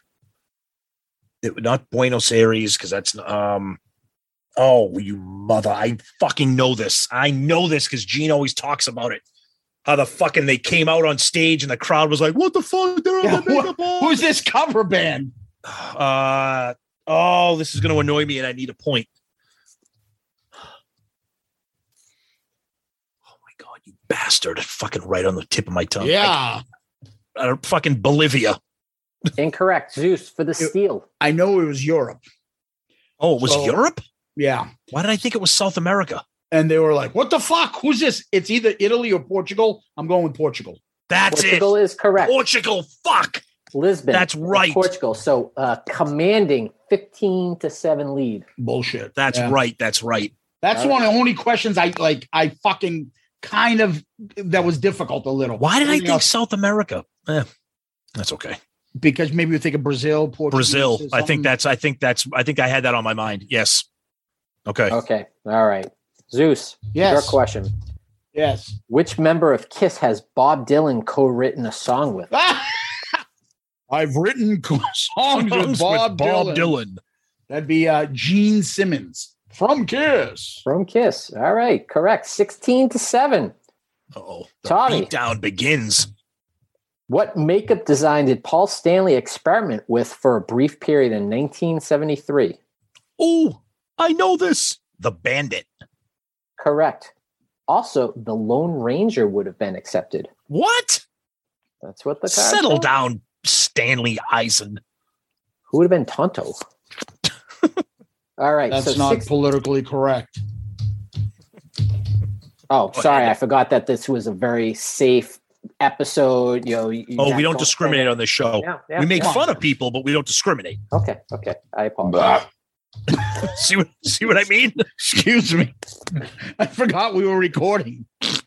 It not Buenos Aires because that's um. Oh, you mother! I fucking know this. I know this because Gene always talks about it. How the fucking they came out on stage and the crowd was like, "What the fuck? They're on
Yeah,
the makeup on."
Who's this cover band?
Uh, oh, this is going to annoy me, and I need a point. Oh my god, you bastard! Fucking right on the tip of my tongue. I, I don't- fucking Bolivia.
Incorrect. Zeus for the steal.
I know it was Europe.
Oh, it was
So-
Europe.
Yeah.
Why did I think it was South America?
And they were like, what the fuck? Who's this? It's either Italy or Portugal. I'm going with Portugal.
That's
Portugal
it.
is correct.
Portugal. Fuck.
Lisbon.
That's
is
right.
Portugal. So uh, commanding 15 to 7 lead.
Bullshit.
That's
Yeah.
right. That's right.
That's
All
one of the only questions I like. I fucking kind of that was difficult a little.
Why did I
Everything
think
else-
South America? Eh, that's okay.
Because maybe you think of Brazil, Portugal.
Brazil. I think
that's
that's. I think that's. I think I had that on my mind. Yes. Okay.
Uh,
Okay. All right. Zeus, your
Yes.
question.
Yes.
Which member of Kiss has Bob Dylan co written a song with?
I've written songs with Bob, Dylan.
Dylan.
That'd be uh, Gene Simmons from Kiss.
From Kiss. All right. Correct. 16 to 7.
Oh,
Tommy.
beatdown begins.
What makeup design did Paul Stanley experiment with for a brief period in 1973?
Oh, I know this. The bandit.
Correct. Also, the Lone Ranger would have been accepted.
What?
That's what the card
Settle
said.
down, Stanley Eisen.
Who would have been Tonto? All right.
That's
so
not
six-
politically correct.
oh, sorry. I forgot that this was a very safe episode. You know, you-
Oh,
yeah,
we don't discriminate on this show.
Yeah, yeah,
we make
yeah.
fun of people, but we don't discriminate.
Okay. Okay. I apologize.
see what see what I mean?
Excuse me. I forgot we were recording.
Go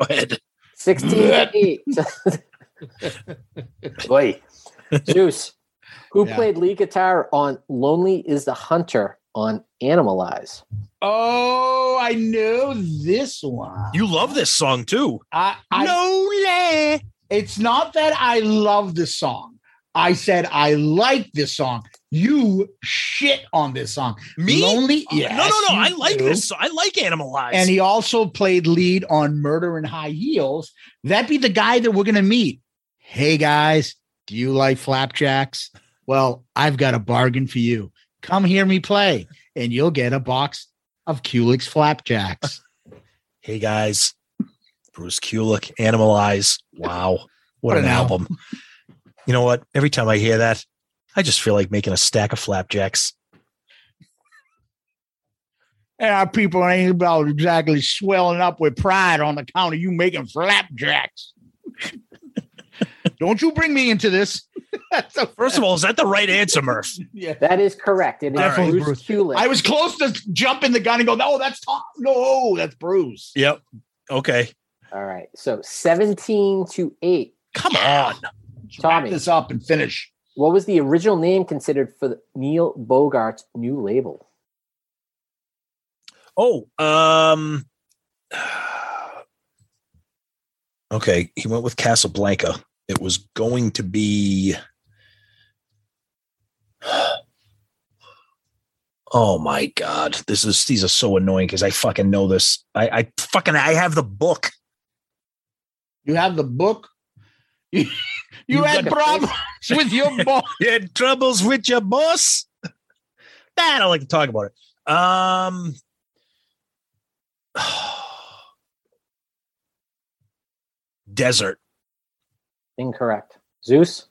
ahead.
16 to 8. Boy. Juice. Who
Yeah.
played lead guitar on Lonely is the Hunter on Animalize?
Oh, I know this one.
You love this song too.
I, I
Lonely.
It's not that I love this song. I said I like this song. You shit on this song.
Me?
Lonely?
no,
Yes,
no, no.
you
I like
do.
this. I like Animal Eyes.
And he also played lead on Murder in High Heels. That'd be the guy that we're going to meet. Hey, guys, do you like flapjacks? Well, I've got a bargain for you. Come hear me play, and you'll get a box of Kulik's flapjacks.
Hey guys, Bruce Kulick, Animal Eyes. Wow, what
What
an
an
album! You know what? Every time I hear that, I just feel like making a stack of flapjacks.
And our people ain't about exactly swelling up with pride on the count of you making flapjacks. Don't you bring me into this. That's a
First of all, is that the right answer, Murph?
yeah.
That is correct. It is
Definitely
Bruce Kulick.
I was close to jumping the gun and go, no, that's Tom. No, that's Bruce.
Yep. Okay.
All right. So 17 to 8.
Come on.
Wrap
Tommy,
this up and finish.
what was the original name considered for the Neil Bogart's new label?
Oh, um. Okay, he went with Casablanca. It was going to be. Oh my god, this is these are so annoying because I fucking know this. I, I fucking I have the book.
You have the book. You, you
You've
had
got a
problems with your book.
You had troubles with your boss. Nah, I don't like to talk about it. Um. Desert.
Incorrect. Zeus?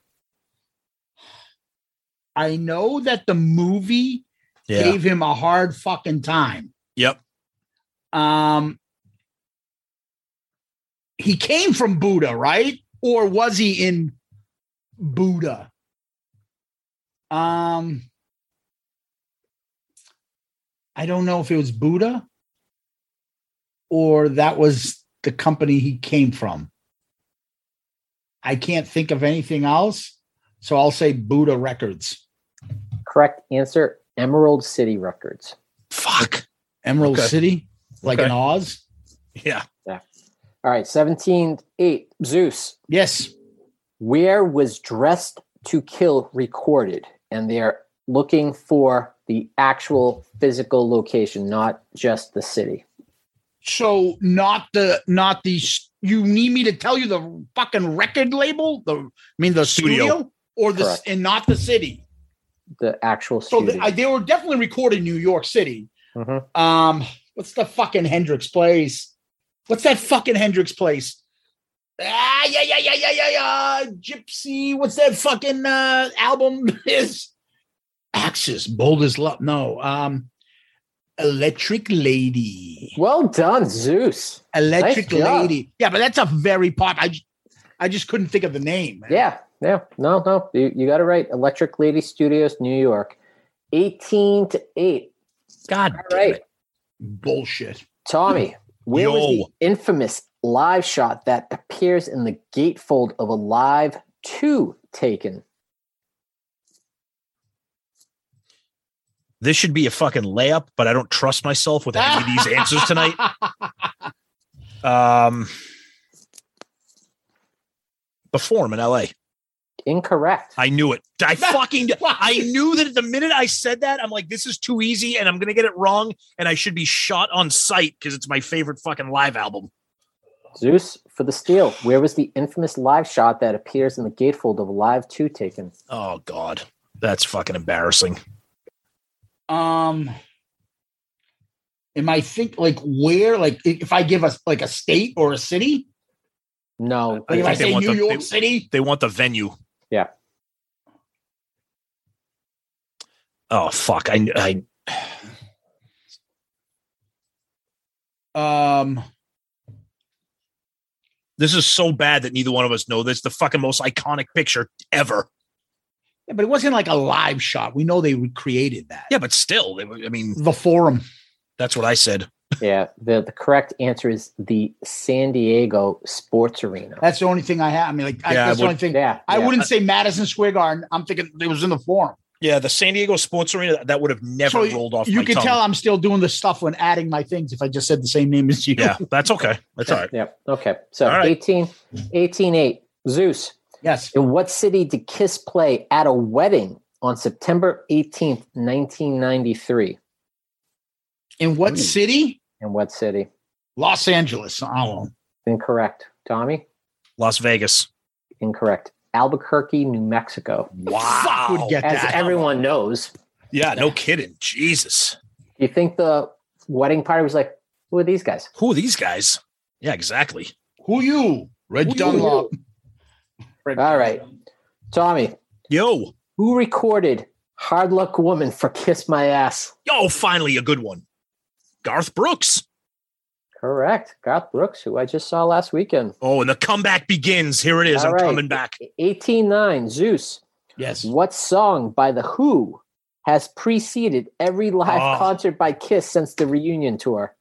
I know that the movie
Yeah.
gave him a hard fucking time.
Yep.
Um, he came from Buddha, right? Or was he in Buddha? Um, I don't know if it was Buddha or that was the company he came from. I can't think of anything else, so I'll say Buddha Records,
Correct answer Emerald City Records.
Fuck.
Emerald
Okay.
City, like
Okay.
in Oz.
Yeah.
All right. 17 to 8. Zeus,
Yes.
where was Dressed to Kill recorded? And they're looking for the actual physical location, not just the city.
So not the not the s- you need me to tell you the fucking record label, the I mean the
Studio.
studio, or the s
Correct.
and not the city.
The actual
So
studio.
th- I, they were definitely recorded in New York City.
Mhm.
Um, what's the fucking Hendrix place? What's that fucking Hendrix place? Ah, yeah, yeah, yeah, yeah, yeah, yeah. Gypsy. What's that fucking uh, album is? Axis, Bold as Love. No, um, Electric Lady.
well done, Zeus.
Electric
Nice job.
Lady. Yeah, but that's a very pop. I, ju- I just couldn't think of the name. man.
Yeah, yeah. No, no. You, you got it right. Electric Lady Studios, New York. 18 to 8.
God
All right.
Bullshit.
Tommy, where was
Yo.
the infamous live shot that appears in the gatefold of a live two taken?
This should be a fucking layup, but I don't trust myself with any of these answers tonight. Um, the forum in LA.
Incorrect.
I knew it. I fucking I knew that the minute I said that, I'm like, this is too easy and I'm gonna get it wrong, and I should be shot on sight because it's my favorite fucking live album.
Zeus for the steal. Where was the infamous live shot that appears in the gatefold of a live two taken?
Oh god. That's fucking embarrassing.
Um, am I think like where? Like i- if I give us like a state or a city?
No.
I
Like, if I
think they
say
want
New
the-
York
they-
City,
They want the venue.
Yeah.
Oh fuck. I I
um,
This is so bad that neither one of us know this. The fucking most iconic picture ever.
yeah, but it wasn't like a live shot. We know they recreated that.
Yeah, but still, they were- I mean,
The Forum.
that's what I said.
yeah. The, the correct answer is the San Diego Sports Arena.
That's the only thing I have. I mean, like I,
Yeah,
that's the
what-
only thing.
Yeah.
I
yeah.
wouldn't say Madison Square Garden. I'm thinking it was in the Forum.
Yeah, the San Diego Sports Arena that would have never
So
rolled off.
You
my
can
tongue.
tell I'm still doing the stuff when adding my things. If I just said the same name as you,
Yeah, that's okay. That's all right.
Yep. Okay. So
All right.
18, 18, 8. Zeus,
yes.
in what city did Kiss play at a wedding on September 18th, 1993?
In what city?
In what city?
Los Angeles. Oh,
Incorrect. Tommy?
Las Vegas.
Incorrect. Albuquerque, New Mexico.
Wow.
would get
As
that?
everyone knows,
yeah, no kidding. Jesus.
do you think the wedding party was like, who are these guys?
Who are these guys? Yeah, exactly.
Who you?
Red
Who you?
Dunlop.
All right. Tommy,
Yo.
who recorded Hard Luck Woman for Kiss My Ass?
Yo, finally a good one. Garth Brooks.
Correct. Garth Brooks, who I just saw last weekend.
Oh, and the comeback begins. Here it is.
All
I'm
right.
coming back.
189, Zeus.
Yes.
What song by The Who has preceded every live
Oh.
concert by Kiss since the reunion tour?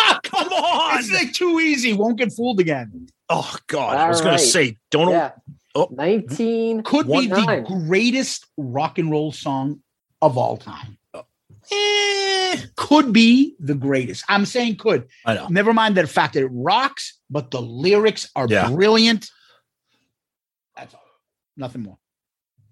Ah, Come on.
It's like too easy. Won't get fooled again.
Oh God, I was
All
going
right.
to say, don't.
Yeah.
Oh.
19.
Could
One
be
nine.
the greatest rock and roll song of all time.
Eh,
Could be the greatest. I'm saying could.
I know.
Never mind the fact that it rocks, but the lyrics are
Yeah.
brilliant. That's all. Nothing more.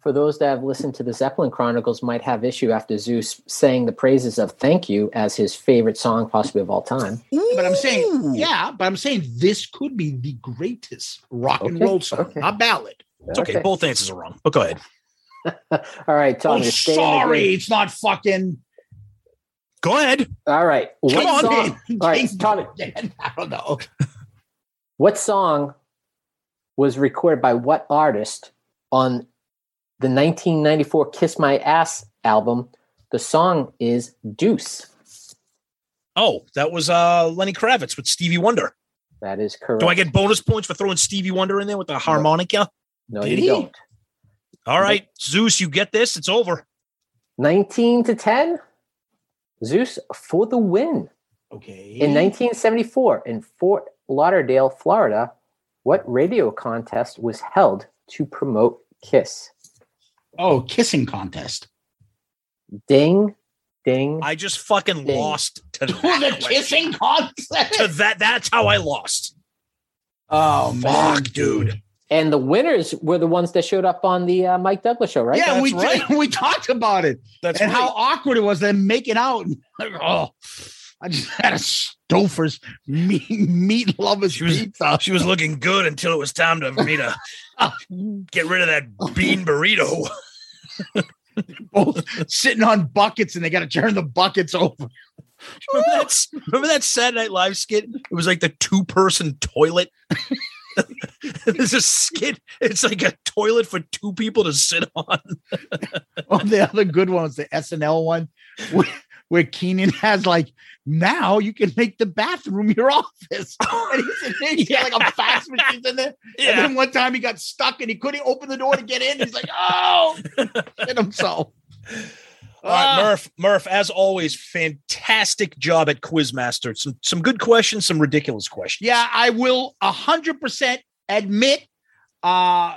For those that have listened to the Zeppelin Chronicles, might have issue after Zeus sang the praises of Thank You as his favorite song, possibly of all time.
But I'm saying, yeah, but I'm saying this could be the greatest rock and
Okay,
roll song,
okay.
not ballad.
It's okay. Both answers are wrong, but go ahead.
All right, Tommy.
oh,
stay in the
sorry.
game.
It's not fucking.
Go ahead.
All right. What
Come on,
song?
man.
All right, Tommy.
I don't know.
What song was recorded by what artist on the 1994 Kiss My Ass album? The song is Deuce.
Oh, that was uh, Lenny Kravitz with Stevie Wonder.
That is correct.
Do I get bonus points for throwing Stevie Wonder in there with the harmonica?
no,
did
you
he?
don't.
All right, Zeus, you get this. It's over.
19 to 10. Zeus for the win.
Okay.
In 1974, in Fort Lauderdale, Florida, what radio contest was held to promote Kiss?
oh, kissing contest.
Ding, ding.
I just fucking
Dang.
lost to that.
the
question.
kissing
To
contest.
that. That's how I lost.
Oh,
Fuck, dude.
and the winners were the ones that showed up on the uh, Mike Douglas show, right?
Yeah,
That's
we
right.
did, we talked about it
That's
and
right.
how awkward it was. Them making out. oh, I just had a Stouffer's meat, meat lovers
She was-
pizza.
she was looking good until it was time to me to get rid of that bean burrito.
both sitting on buckets and they got to turn the buckets over.
Remember that, s- remember that Saturday Night Live skit? It was like the two person toilet. There's a skit. It's like a toilet for two people to sit on.
Oh, the other good one was the SNL one where, where Keenan has like, now you can make the bathroom your office. And he's in there, he's got like a fax machine in there. And then one time he got stuck and he couldn't open the door to get in. He's like, oh, shit himself.
All right,
Ah.
Murph. Murph, as always, fantastic job at Quizmaster. Some some good questions, some ridiculous questions.
Yeah, I will hundred percent admit uh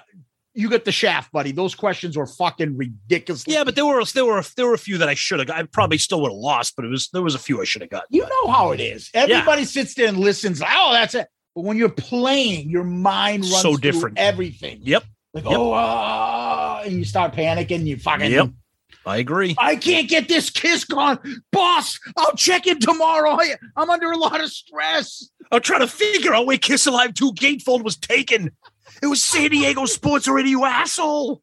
you got the shaft, buddy. Those questions were fucking ridiculous.
Yeah, but there were there were there were a few that I should have. got. I probably still would have lost, but it was there was a few I should have got.
you know how it is. Everybody sits there and listens. Like, oh, that's it. But when you're playing, your mind runs
So
through
different.
everything.
Yep.
Like,
Yep.
oh, ah, and you start panicking. You fucking.
Yep. I agree.
I can't get this kiss gone, boss. I'll check in tomorrow. I, I'm under a lot of stress.
I'm trying to figure out where Kiss Alive 2 Gatefold was taken. It was San Diego Sports Radio, you asshole.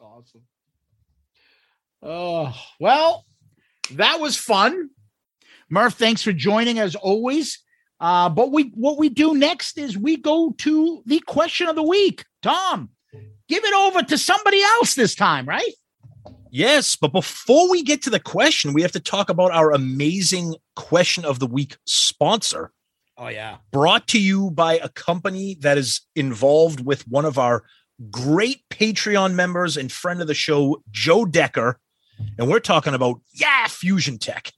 Awesome. Oh well, that was fun, Murph. Thanks for joining as always. Uh, but we what we do next is we go to the question of the week. Tom, give it over to somebody else this time, right?
Yes, but before we get to the question, we have to talk about our amazing question of the week sponsor,
Oh yeah.
brought to you by a company that is involved with one of our great Patreon members and friend of the show, Joe Decker. And we're talking about, yeah, Fusion Tech.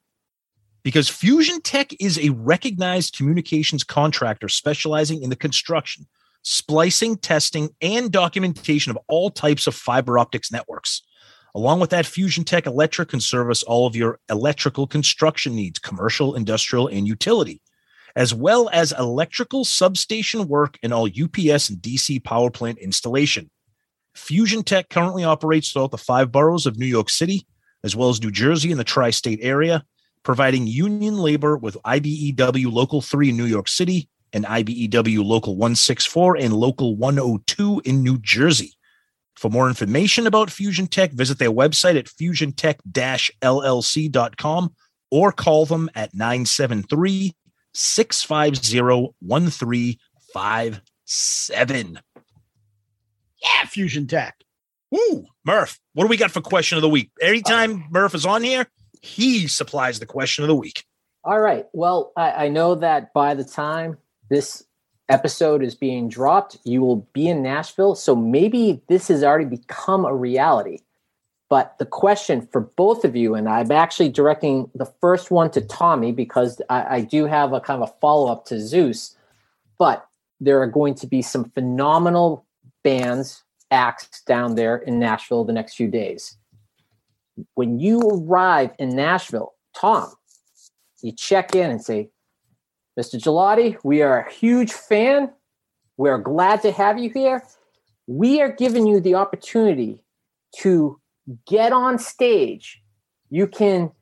Because Fusion Tech is a recognized communications contractor specializing in the construction, splicing, testing, and documentation of all types of fiber optics networks. Along with that, Fusion Tech Electric can service all of your electrical construction needs, commercial, industrial, and utility, as well as electrical substation work and all UPS and DC power plant installation. Fusion Tech currently operates throughout the five boroughs of New York City, as well as New Jersey and the tri state area providing union labor with IBEW Local 3 in New York City and IBEW Local 164 and Local 102 in New Jersey. For more information about Fusion Tech, visit their website at fusiontech-llc.com or call them at 973 650 1357.
Yeah, Fusion Tech.
Woo, Murph, what do we got for question of the week? Every time Murph is on here, he supplies the question of the week.
All right. Well, I, I know that by the time this episode is being dropped, you will be in Nashville. So maybe this has already become a reality. But the question for both of you, and I'm actually directing the first one to Tommy because I, I do have a kind of a follow up to Zeus. But there are going to be some phenomenal bands, acts down there in Nashville the next few days. When you arrive in Nashville, Tom, you check in and say, Mr. Gelati, we are a huge fan. We are glad to have you here. We are giving you the opportunity to get on stage. You can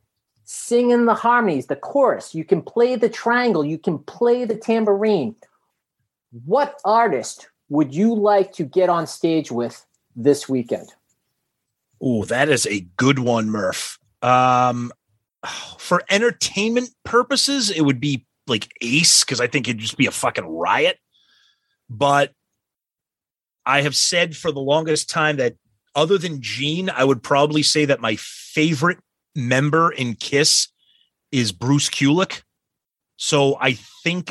sing in the harmonies, the chorus. You can play the triangle. You can play the tambourine. What artist would you like to get on stage with this weekend?
Oh, that is a good one, Murph. Um, for entertainment purposes, it would be like Ace because I think it'd just be a fucking riot. But I have said for the longest time that other than Gene, I would probably say that my favorite member in Kiss is Bruce Kulick. So I think,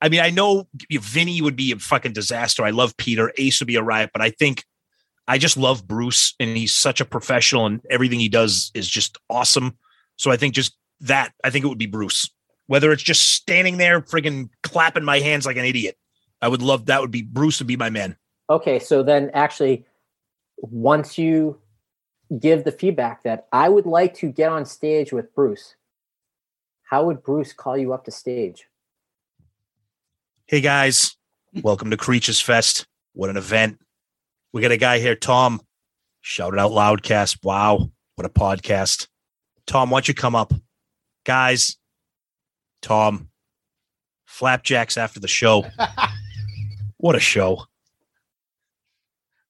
I mean, I know Vinny would be a fucking disaster. I love Peter. Ace would be a riot, but I think I just love Bruce and he's such a professional and everything he does is just awesome. So I think just that, I think it would be Bruce. Whether it's just standing there friggin' clapping my hands like an idiot, I would love that. Would be Bruce would be my man.
Okay, so then actually, once you give the feedback that I would like to get on stage with Bruce, how would Bruce call you up to stage?
Hey guys, welcome to Creatures Fest. What an event! We got a guy here, Tom. Shout it out loudcast. Wow, what a podcast! Tom, why don't you come up, guys? Tom, flapjacks after the show. what a show!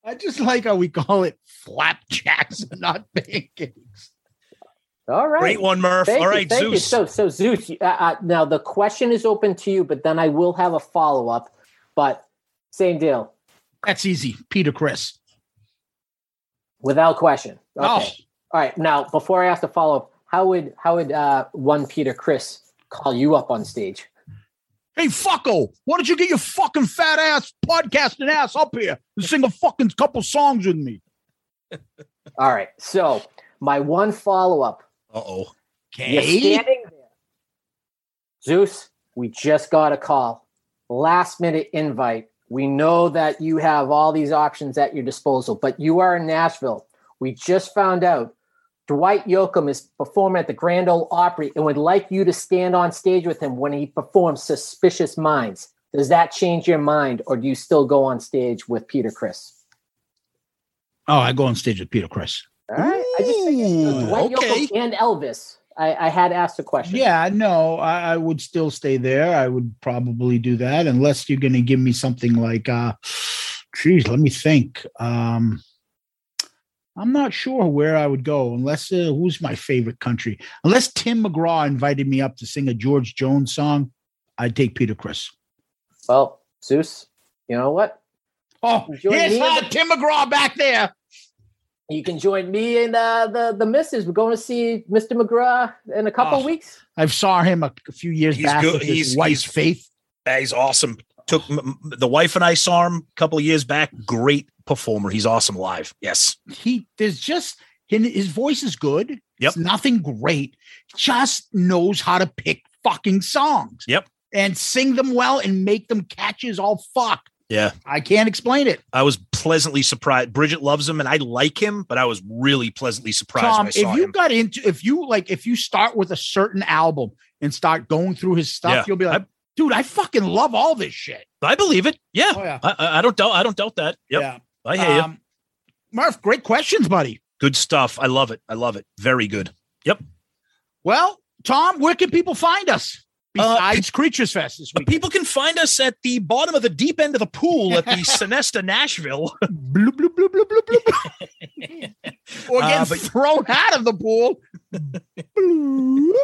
I just like how we call it flapjacks and not pancakes.
All right.
Great one, Murph.
Thank
All
you,
right,
thank you.
Zeus.
So, so Zeus, you- uh, uh, now the question is open to you, but then I will have a follow up. But same deal,
That's easy. Peter Chris.
without question. Okay.
Oh,
All right. Now, before I ask the follow up, how would how would uh, one Peter Chris call you up on stage?
hey, fucko. Why don't you get your fucking fat ass podcasting ass up here and sing a fucking couple songs with me?
All right. So my one follow up.
uh oh.
You're standing there. Zeus, we just got a call. Last minute invite. We know that you have all these options at your disposal, but you are in Nashville. We just found out Dwight Yoakam is performing at the Grand Ole Opry and would like you to stand on stage with him when he performs Suspicious Minds. Does that change your mind, or do you still go on stage with Peter Chris?
Oh, I go on stage with Peter Chris.
All right. I just
Ooh,
figured Dwight
Mm, okay.
Yoakam and Elvis. I, I had asked a question.
Yeah, no, I, I would still stay there. I would probably do that unless you're going to give me something like, uh, geez, let me think. Um, I'm not sure where I would go unless uh, who's my favorite country. Unless Tim McGraw invited me up to sing a George Jones song, I'd take Peter Chris.
Well, Zeus, you know what?
Oh,
Join
here's
me.
uh, Tim McGraw back there.
You can join me and uh, the the missus. We're going to see Mr. McGraw in a couple
Oh.
of weeks.
I saw him a, a few years
He's
back.
good.
With his
He's-
wife's
he's-
faith.
Yeah, He's awesome. Took m- m- the wife and I saw him a couple of years back. Great performer. He's awesome live. Yes.
he there's just his, his voice is good.
Yep.
It's nothing great. Just knows how to pick fucking songs.
Yep.
And sing them well and make them catches all fuck.
Yeah.
I can't explain it.
I was pleasantly surprised. Bridget loves him and I like him, but I was really pleasantly surprised
Tom,
when I saw
if you
him.
got into if you like if you start with a certain album and start going through his stuff,
Yeah.
you'll be like, dude, I fucking love all this shit.
I believe it. Yeah.
Oh, yeah.
I, I I don't doubt I don't doubt that. Yep.
Yeah.
I hear you.
Um, Murph, great questions, buddy.
Good stuff. I love it. I love it. Very good.
Well, Tom, where can people find us besides Creatures Fest this week?
Uh, People can find us at the bottom of the deep end of the pool at the Sinesta Nashville.
Bloop, bloop, bloop, bloop, bloop, bloop. or get
Uh, but-
thrown out of the pool. Bloop.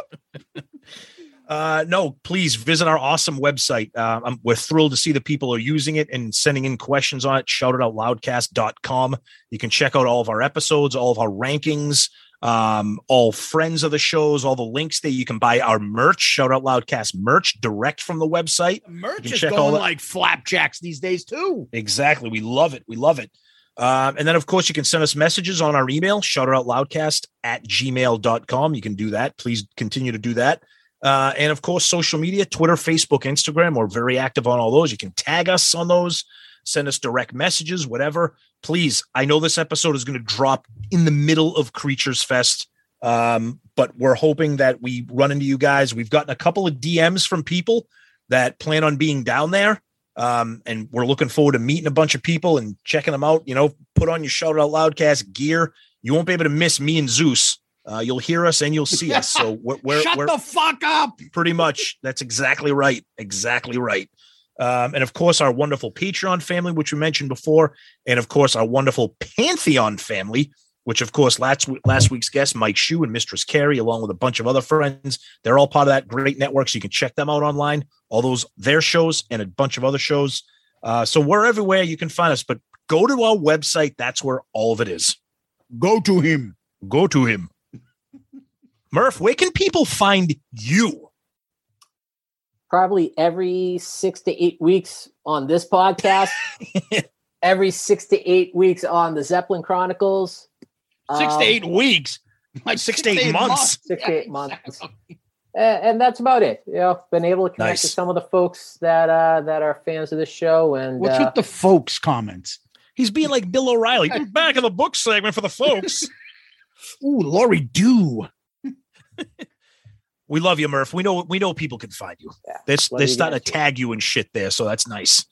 Uh, no, please visit our awesome website. Uh, I'm- we're thrilled to see the people are using it and sending in questions on it. Shoutitoutloudcast.com. You can check out all of our episodes, all of our rankings, um, all friends of the shows, all the links there. You can buy our merch, Shout Out Loudcast merch, direct from the website.
Merch
can
is
check
going
all that-
like flapjacks these days too.
Exactly. We love it. We love it. Um, and then, of course, you can send us messages on our email, shoutoutloudcast at gmail.com. You can do that. Please continue to do that. Uh, and, of course, social media Twitter, Facebook, Instagram. We're very active on all those. You can tag us on those, send us direct messages, whatever. Please, I know this episode is going to drop in the middle of Creatures Fest, um, but we're hoping that we run into you guys. We've gotten a couple of DMs from people that plan on being down there um, and we're looking forward to meeting a bunch of people and checking them out. You know, put on your shout out loudcast gear. You won't be able to miss me and Zeus. Uh, you'll hear us and you'll see us. So we're, we're,
Shut
we're
the fuck up.
pretty much that's exactly right, exactly right. Um, and of course, our wonderful Patreon family, which we mentioned before, and of course, our wonderful Pantheon family, which of course last last week's guest Mike Shu and Mistress Carey, along with a bunch of other friends, they're all part of that great network. So you can check them out online. All those their shows and a bunch of other shows. Uh, so we're everywhere you can find us, but go to our website. That's where all of it is.
Go to him.
Go to him, Murph. Where can people find you?
Probably every six to eight weeks on this podcast, every six to eight weeks on the Zeppelin Chronicles.
Six
Um,
to eight weeks. Like
Six to eight months.
Six to
Yeah,
eight months.
exactly.
A- and that's about it. You know, been able to connect
Nice.
with some of the folks that uh, that are fans of the show, and
What's
uh,
with the folks comments?
He's being like Bill O'Reilly. "I'm back in the book segment for the folks.
Ooh, Lori Dew.
we love you, Murph. We know we know people can find you.
Yeah.
They're,
Love
they're
you
starting
guys.
to tag you and shit there, so that's nice.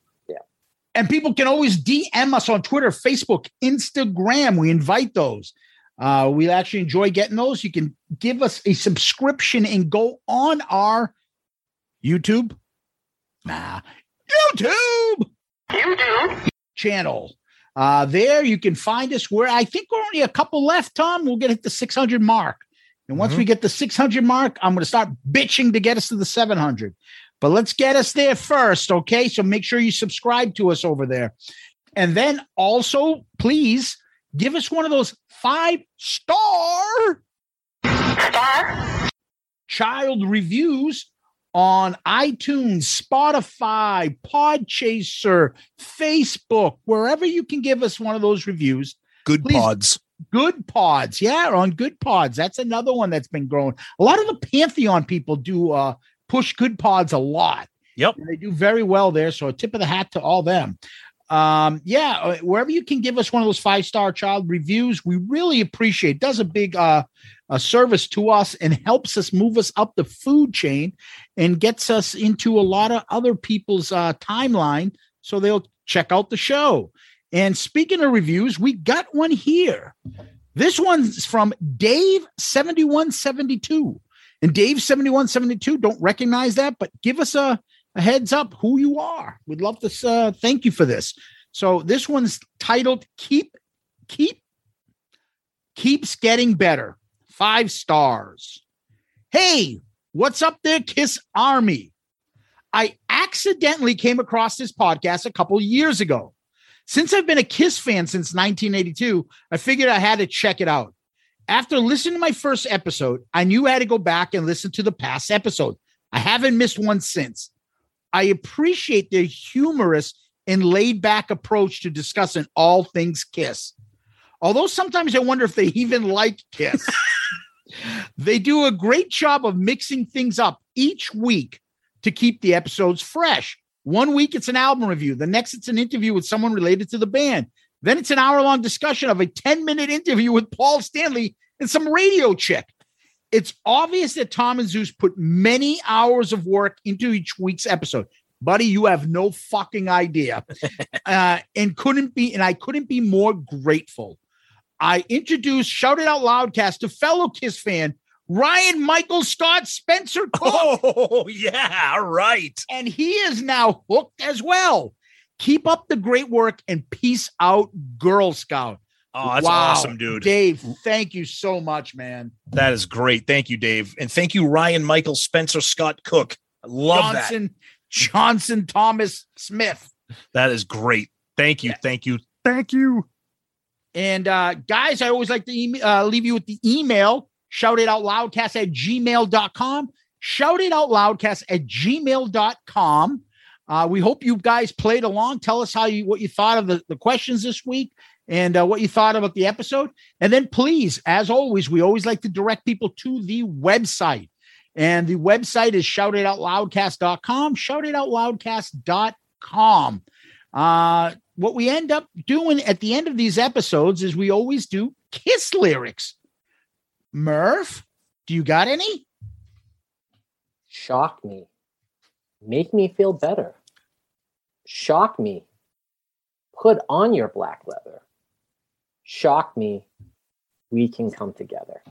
And people can always DM us on Twitter, Facebook, Instagram. We invite those. Uh, we actually enjoy getting those. You can give us a subscription and go on our YouTube. Nah, YouTube.
YouTube.
channel. Uh, there you can find us where I think we're only a couple left, Tom. We'll get hit the 600 mark. And once
Mhm.
we get the 600 mark, I'm going to start bitching to get us to the 700. But let's get us there first. Okay. So make sure you subscribe to us over there. And then also, please give us one of those five star
Star.
child reviews on iTunes, Spotify, Podchaser, Facebook, wherever you can give us one of those reviews.
Good
Please.
pods.
Good Pods, yeah, on Good Pods. That's another one that's been growing. A lot of the Pantheon people do uh, push Good Pods a lot.
Yep.
And they do very well there. So a tip of the hat to all them. Um, yeah, uh, wherever you can give us one of those five star child reviews, we really appreciate. It does a big uh, uh service to us and helps us move us up the food chain and gets us into a lot of other people's uh, timeline, so they'll check out the show. And speaking of reviews, we got one here. This one's from Dave seventy one seventy two, and Dave seventy one seventy two. Don't recognize that, but give us a a heads up who you are. We'd love to uh, thank you for this. So this one's titled "Keep Keep Keeps Getting Better." Five stars. Hey, what's up there, Kiss Army? I accidentally came across this podcast a couple years ago. Since I've been a Kiss fan since 1982, I figured I had to check it out. After listening to my first episode, I knew I had to go back and listen to the past episode. I haven't missed one since. I appreciate their humorous and laid back approach to discussing all things Kiss. Although sometimes I wonder if they even like Kiss. they do a great job of mixing things up each week to keep the episodes fresh. One week it's an album review, the next it's an interview with someone related to the band. Then it's an hour long discussion of a 10 minute interview with Paul Stanley and some radio chick. It's obvious that Tom and Zeus put many hours of work into each week's episode. Buddy, you have no fucking idea. uh, and couldn't be, and I couldn't be more grateful. I introduced Shout It Out Loudcast to fellow KISS fan Ryan Michael Scott Spencer Cook.
Oh, yeah. All right.
and he is now hooked as well. Keep up the great work and peace out, Girl Scout.
Oh, that's
Wow.
awesome, dude.
Dave, thank you so much, man.
That is great. Thank you, Dave. And thank you, Ryan Michael Spencer Scott Cook. I love that.
Johnson, Johnson Thomas Smith.
That is great. Thank you. Thank you. Thank you.
And uh, guys, I always like to em- uh, leave you with the email shout it out loudcast at gmail.com. Shout it out loudcast at gmail.com. Uh, we hope you guys played along. Tell us how you what you thought of the, the questions this week and uh, what you thought about the episode. And then please, as always, we always like to direct people to the website. And the website is shoutitoutloudcast.com, shoutitoutloudcast.com. Uh, what we end up doing at the end of these episodes is we always do kiss lyrics. Murph, do you got any?
Shock me. Make me feel better. Shock me. Put on your black leather. Shock me. We can come together.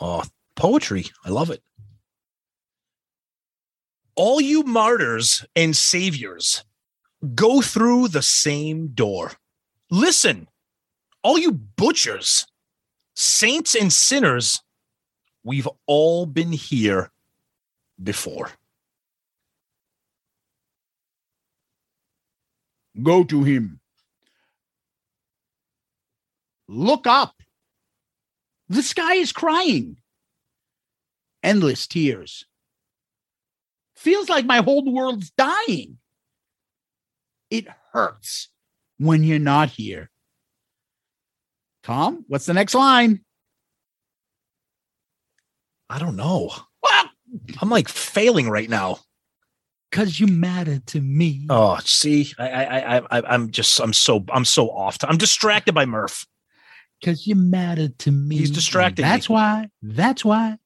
Oh, poetry. I love it. All you martyrs and saviors go through the same door. Listen, all you butchers, saints and sinners, we've all been here before.
Go to him. Look up. The sky is crying. Endless tears. Feels like my whole world's dying. It hurts when you're not here. Tom, what's the next line?
I don't know.
Well,
I'm like failing right now.
because you matter to me.
Oh, see, I, I, I, I, I'm just, I'm so, I'm so off. I'm distracted by Murph.
because you matter to me.
He's distracting
And That's
me.
why. That's why.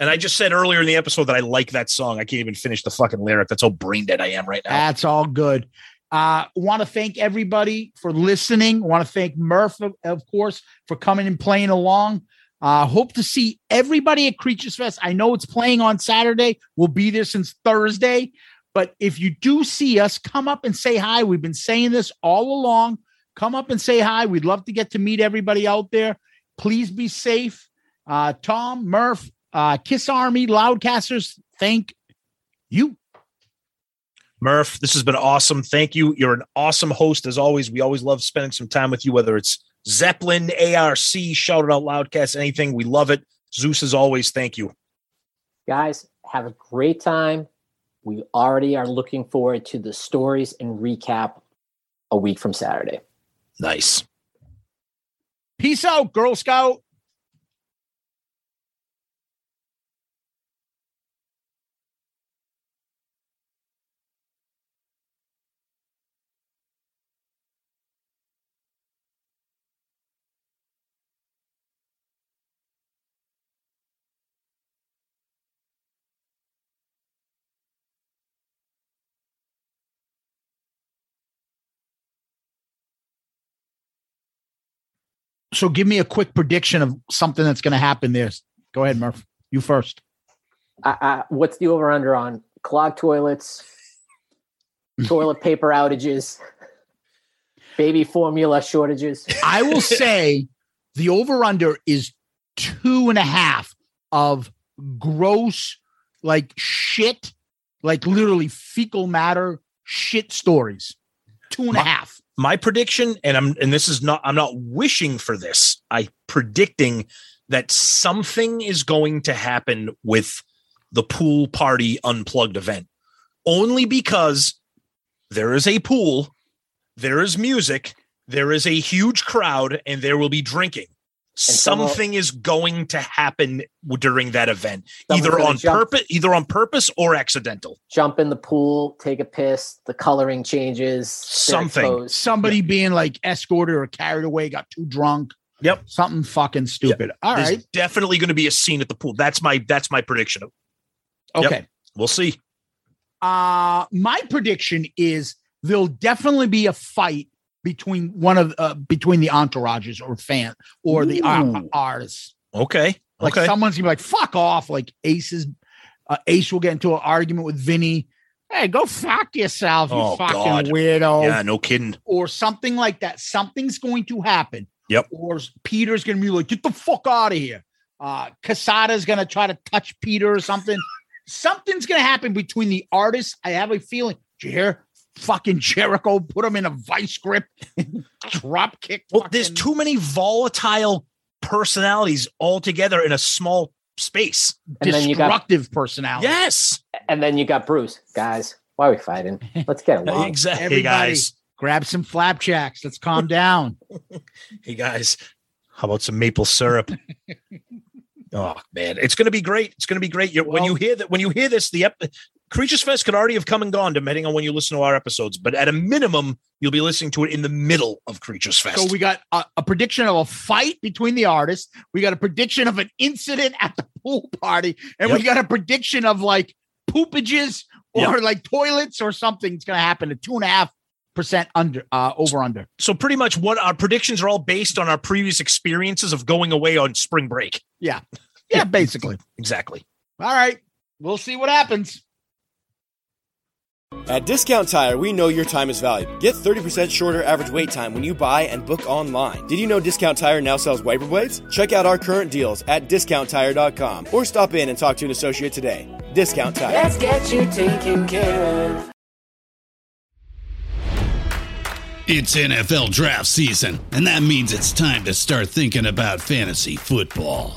And I just said earlier in the episode that I like that song. I can't even finish the fucking lyric. That's how brain dead I am right now.
That's all good. Uh, want to thank everybody for listening. Want to thank Murph, of, of course, for coming and playing along. Uh, hope to see everybody at Creatures Fest. I know it's playing on Saturday. We'll be there since Thursday. But if you do see us, come up and say hi. We've been saying this all along. Come up and say hi. We'd love to get to meet everybody out there. Please be safe. Uh, Tom, Murph, uh, Kiss Army, Loudcasters, thank you.
Murph, this has been awesome. Thank you. You're an awesome host as always. We always love spending some time with you, whether it's Zeppelin, ARC, shout it out loudcast, anything. We love it. Zeus, as always, thank you.
Guys, have a great time. We already are looking forward to the stories and recap a week from Saturday.
Nice.
Peace out, Girl Scout. So give me a quick prediction of something that's going to happen there. Go ahead, Murph. You first.
I, I, what's the over under on clogged toilets, toilet paper outages, baby formula shortages?
I will say the over under is two and a half of gross, like shit, like literally fecal matter shit stories. Two and a
My-
half.
my prediction and i'm and this is not i'm not wishing for this i predicting that something is going to happen with the pool party unplugged event only because there is a pool there is music there is a huge crowd and there will be drinking
someone-
something is going to happen w- during that event
Someone's
either
gonna
on
jump.
purpose either on purpose or accidental
Jump in the pool, take a piss, the coloring changes. they're
Something.
exposed.
Somebody being like escorted or carried away, got too drunk.
Yep.
Something fucking stupid. All
there's
right.
definitely going to be a scene at the pool that's my that's my prediction yep.
Okay.
we'll see
Uh my prediction is there'll definitely be a fight between one of uh, between the entourages or fan or the ar-
Ooh.
artists.
Okay.
Like
Okay.
someone's gonna be like, "Fuck off!" Like Ace's uh, Ace will get into an argument with Vinny. Hey, go fuck yourself, you
Oh,
fucking
God.
weirdo,
Yeah, no kidding.
or something like that. Something's going to happen.
Yep.
Or s- Peter's gonna be like, "Get the fuck out of here." Uh, Casada's gonna try to touch Peter or something. Something's gonna happen between the artists. I have a feeling. Did you hear? Fucking Jericho put him in a vice grip, drop kick.
Well, there's
fucking-
too many volatile personalities all together in a small space.
And then you got-
destructive personality.
Yes,
And then you got Bruce. Guys, why are we fighting? Let's get along.
exactly,
Everybody-
guys.
Grab some flapjacks. Let's calm down.
Hey guys, how about some maple syrup? oh man, it's going to be great. It's going to be great. You're, when
Well-
you hear that, when you hear this, the ep- Creatures Fest could already have come and gone, depending on when you listen to our episodes. But at a minimum, you'll be listening to it in the middle of Creatures Fest.
so we got a, a prediction of a fight between the artists. We got a prediction of an incident at the pool party, and we got a prediction of like poopages or like toilets or something's going to happen. A two and a half percent under uh, over under.
so pretty much, what our predictions are all based on our previous experiences of going away on spring break.
Yeah, basically.
Exactly.
All right, we'll see what happens.
At Discount Tire, we know your time is valuable. Get 30% shorter average wait time when you buy and book online. Did you know Discount Tire now sells wiper blades? Check out our current deals at discounttire.com or stop in and talk to an associate today. Discount Tire.
Let's get you taken care of.
It's NFL draft season, and that means it's time to start thinking about fantasy football.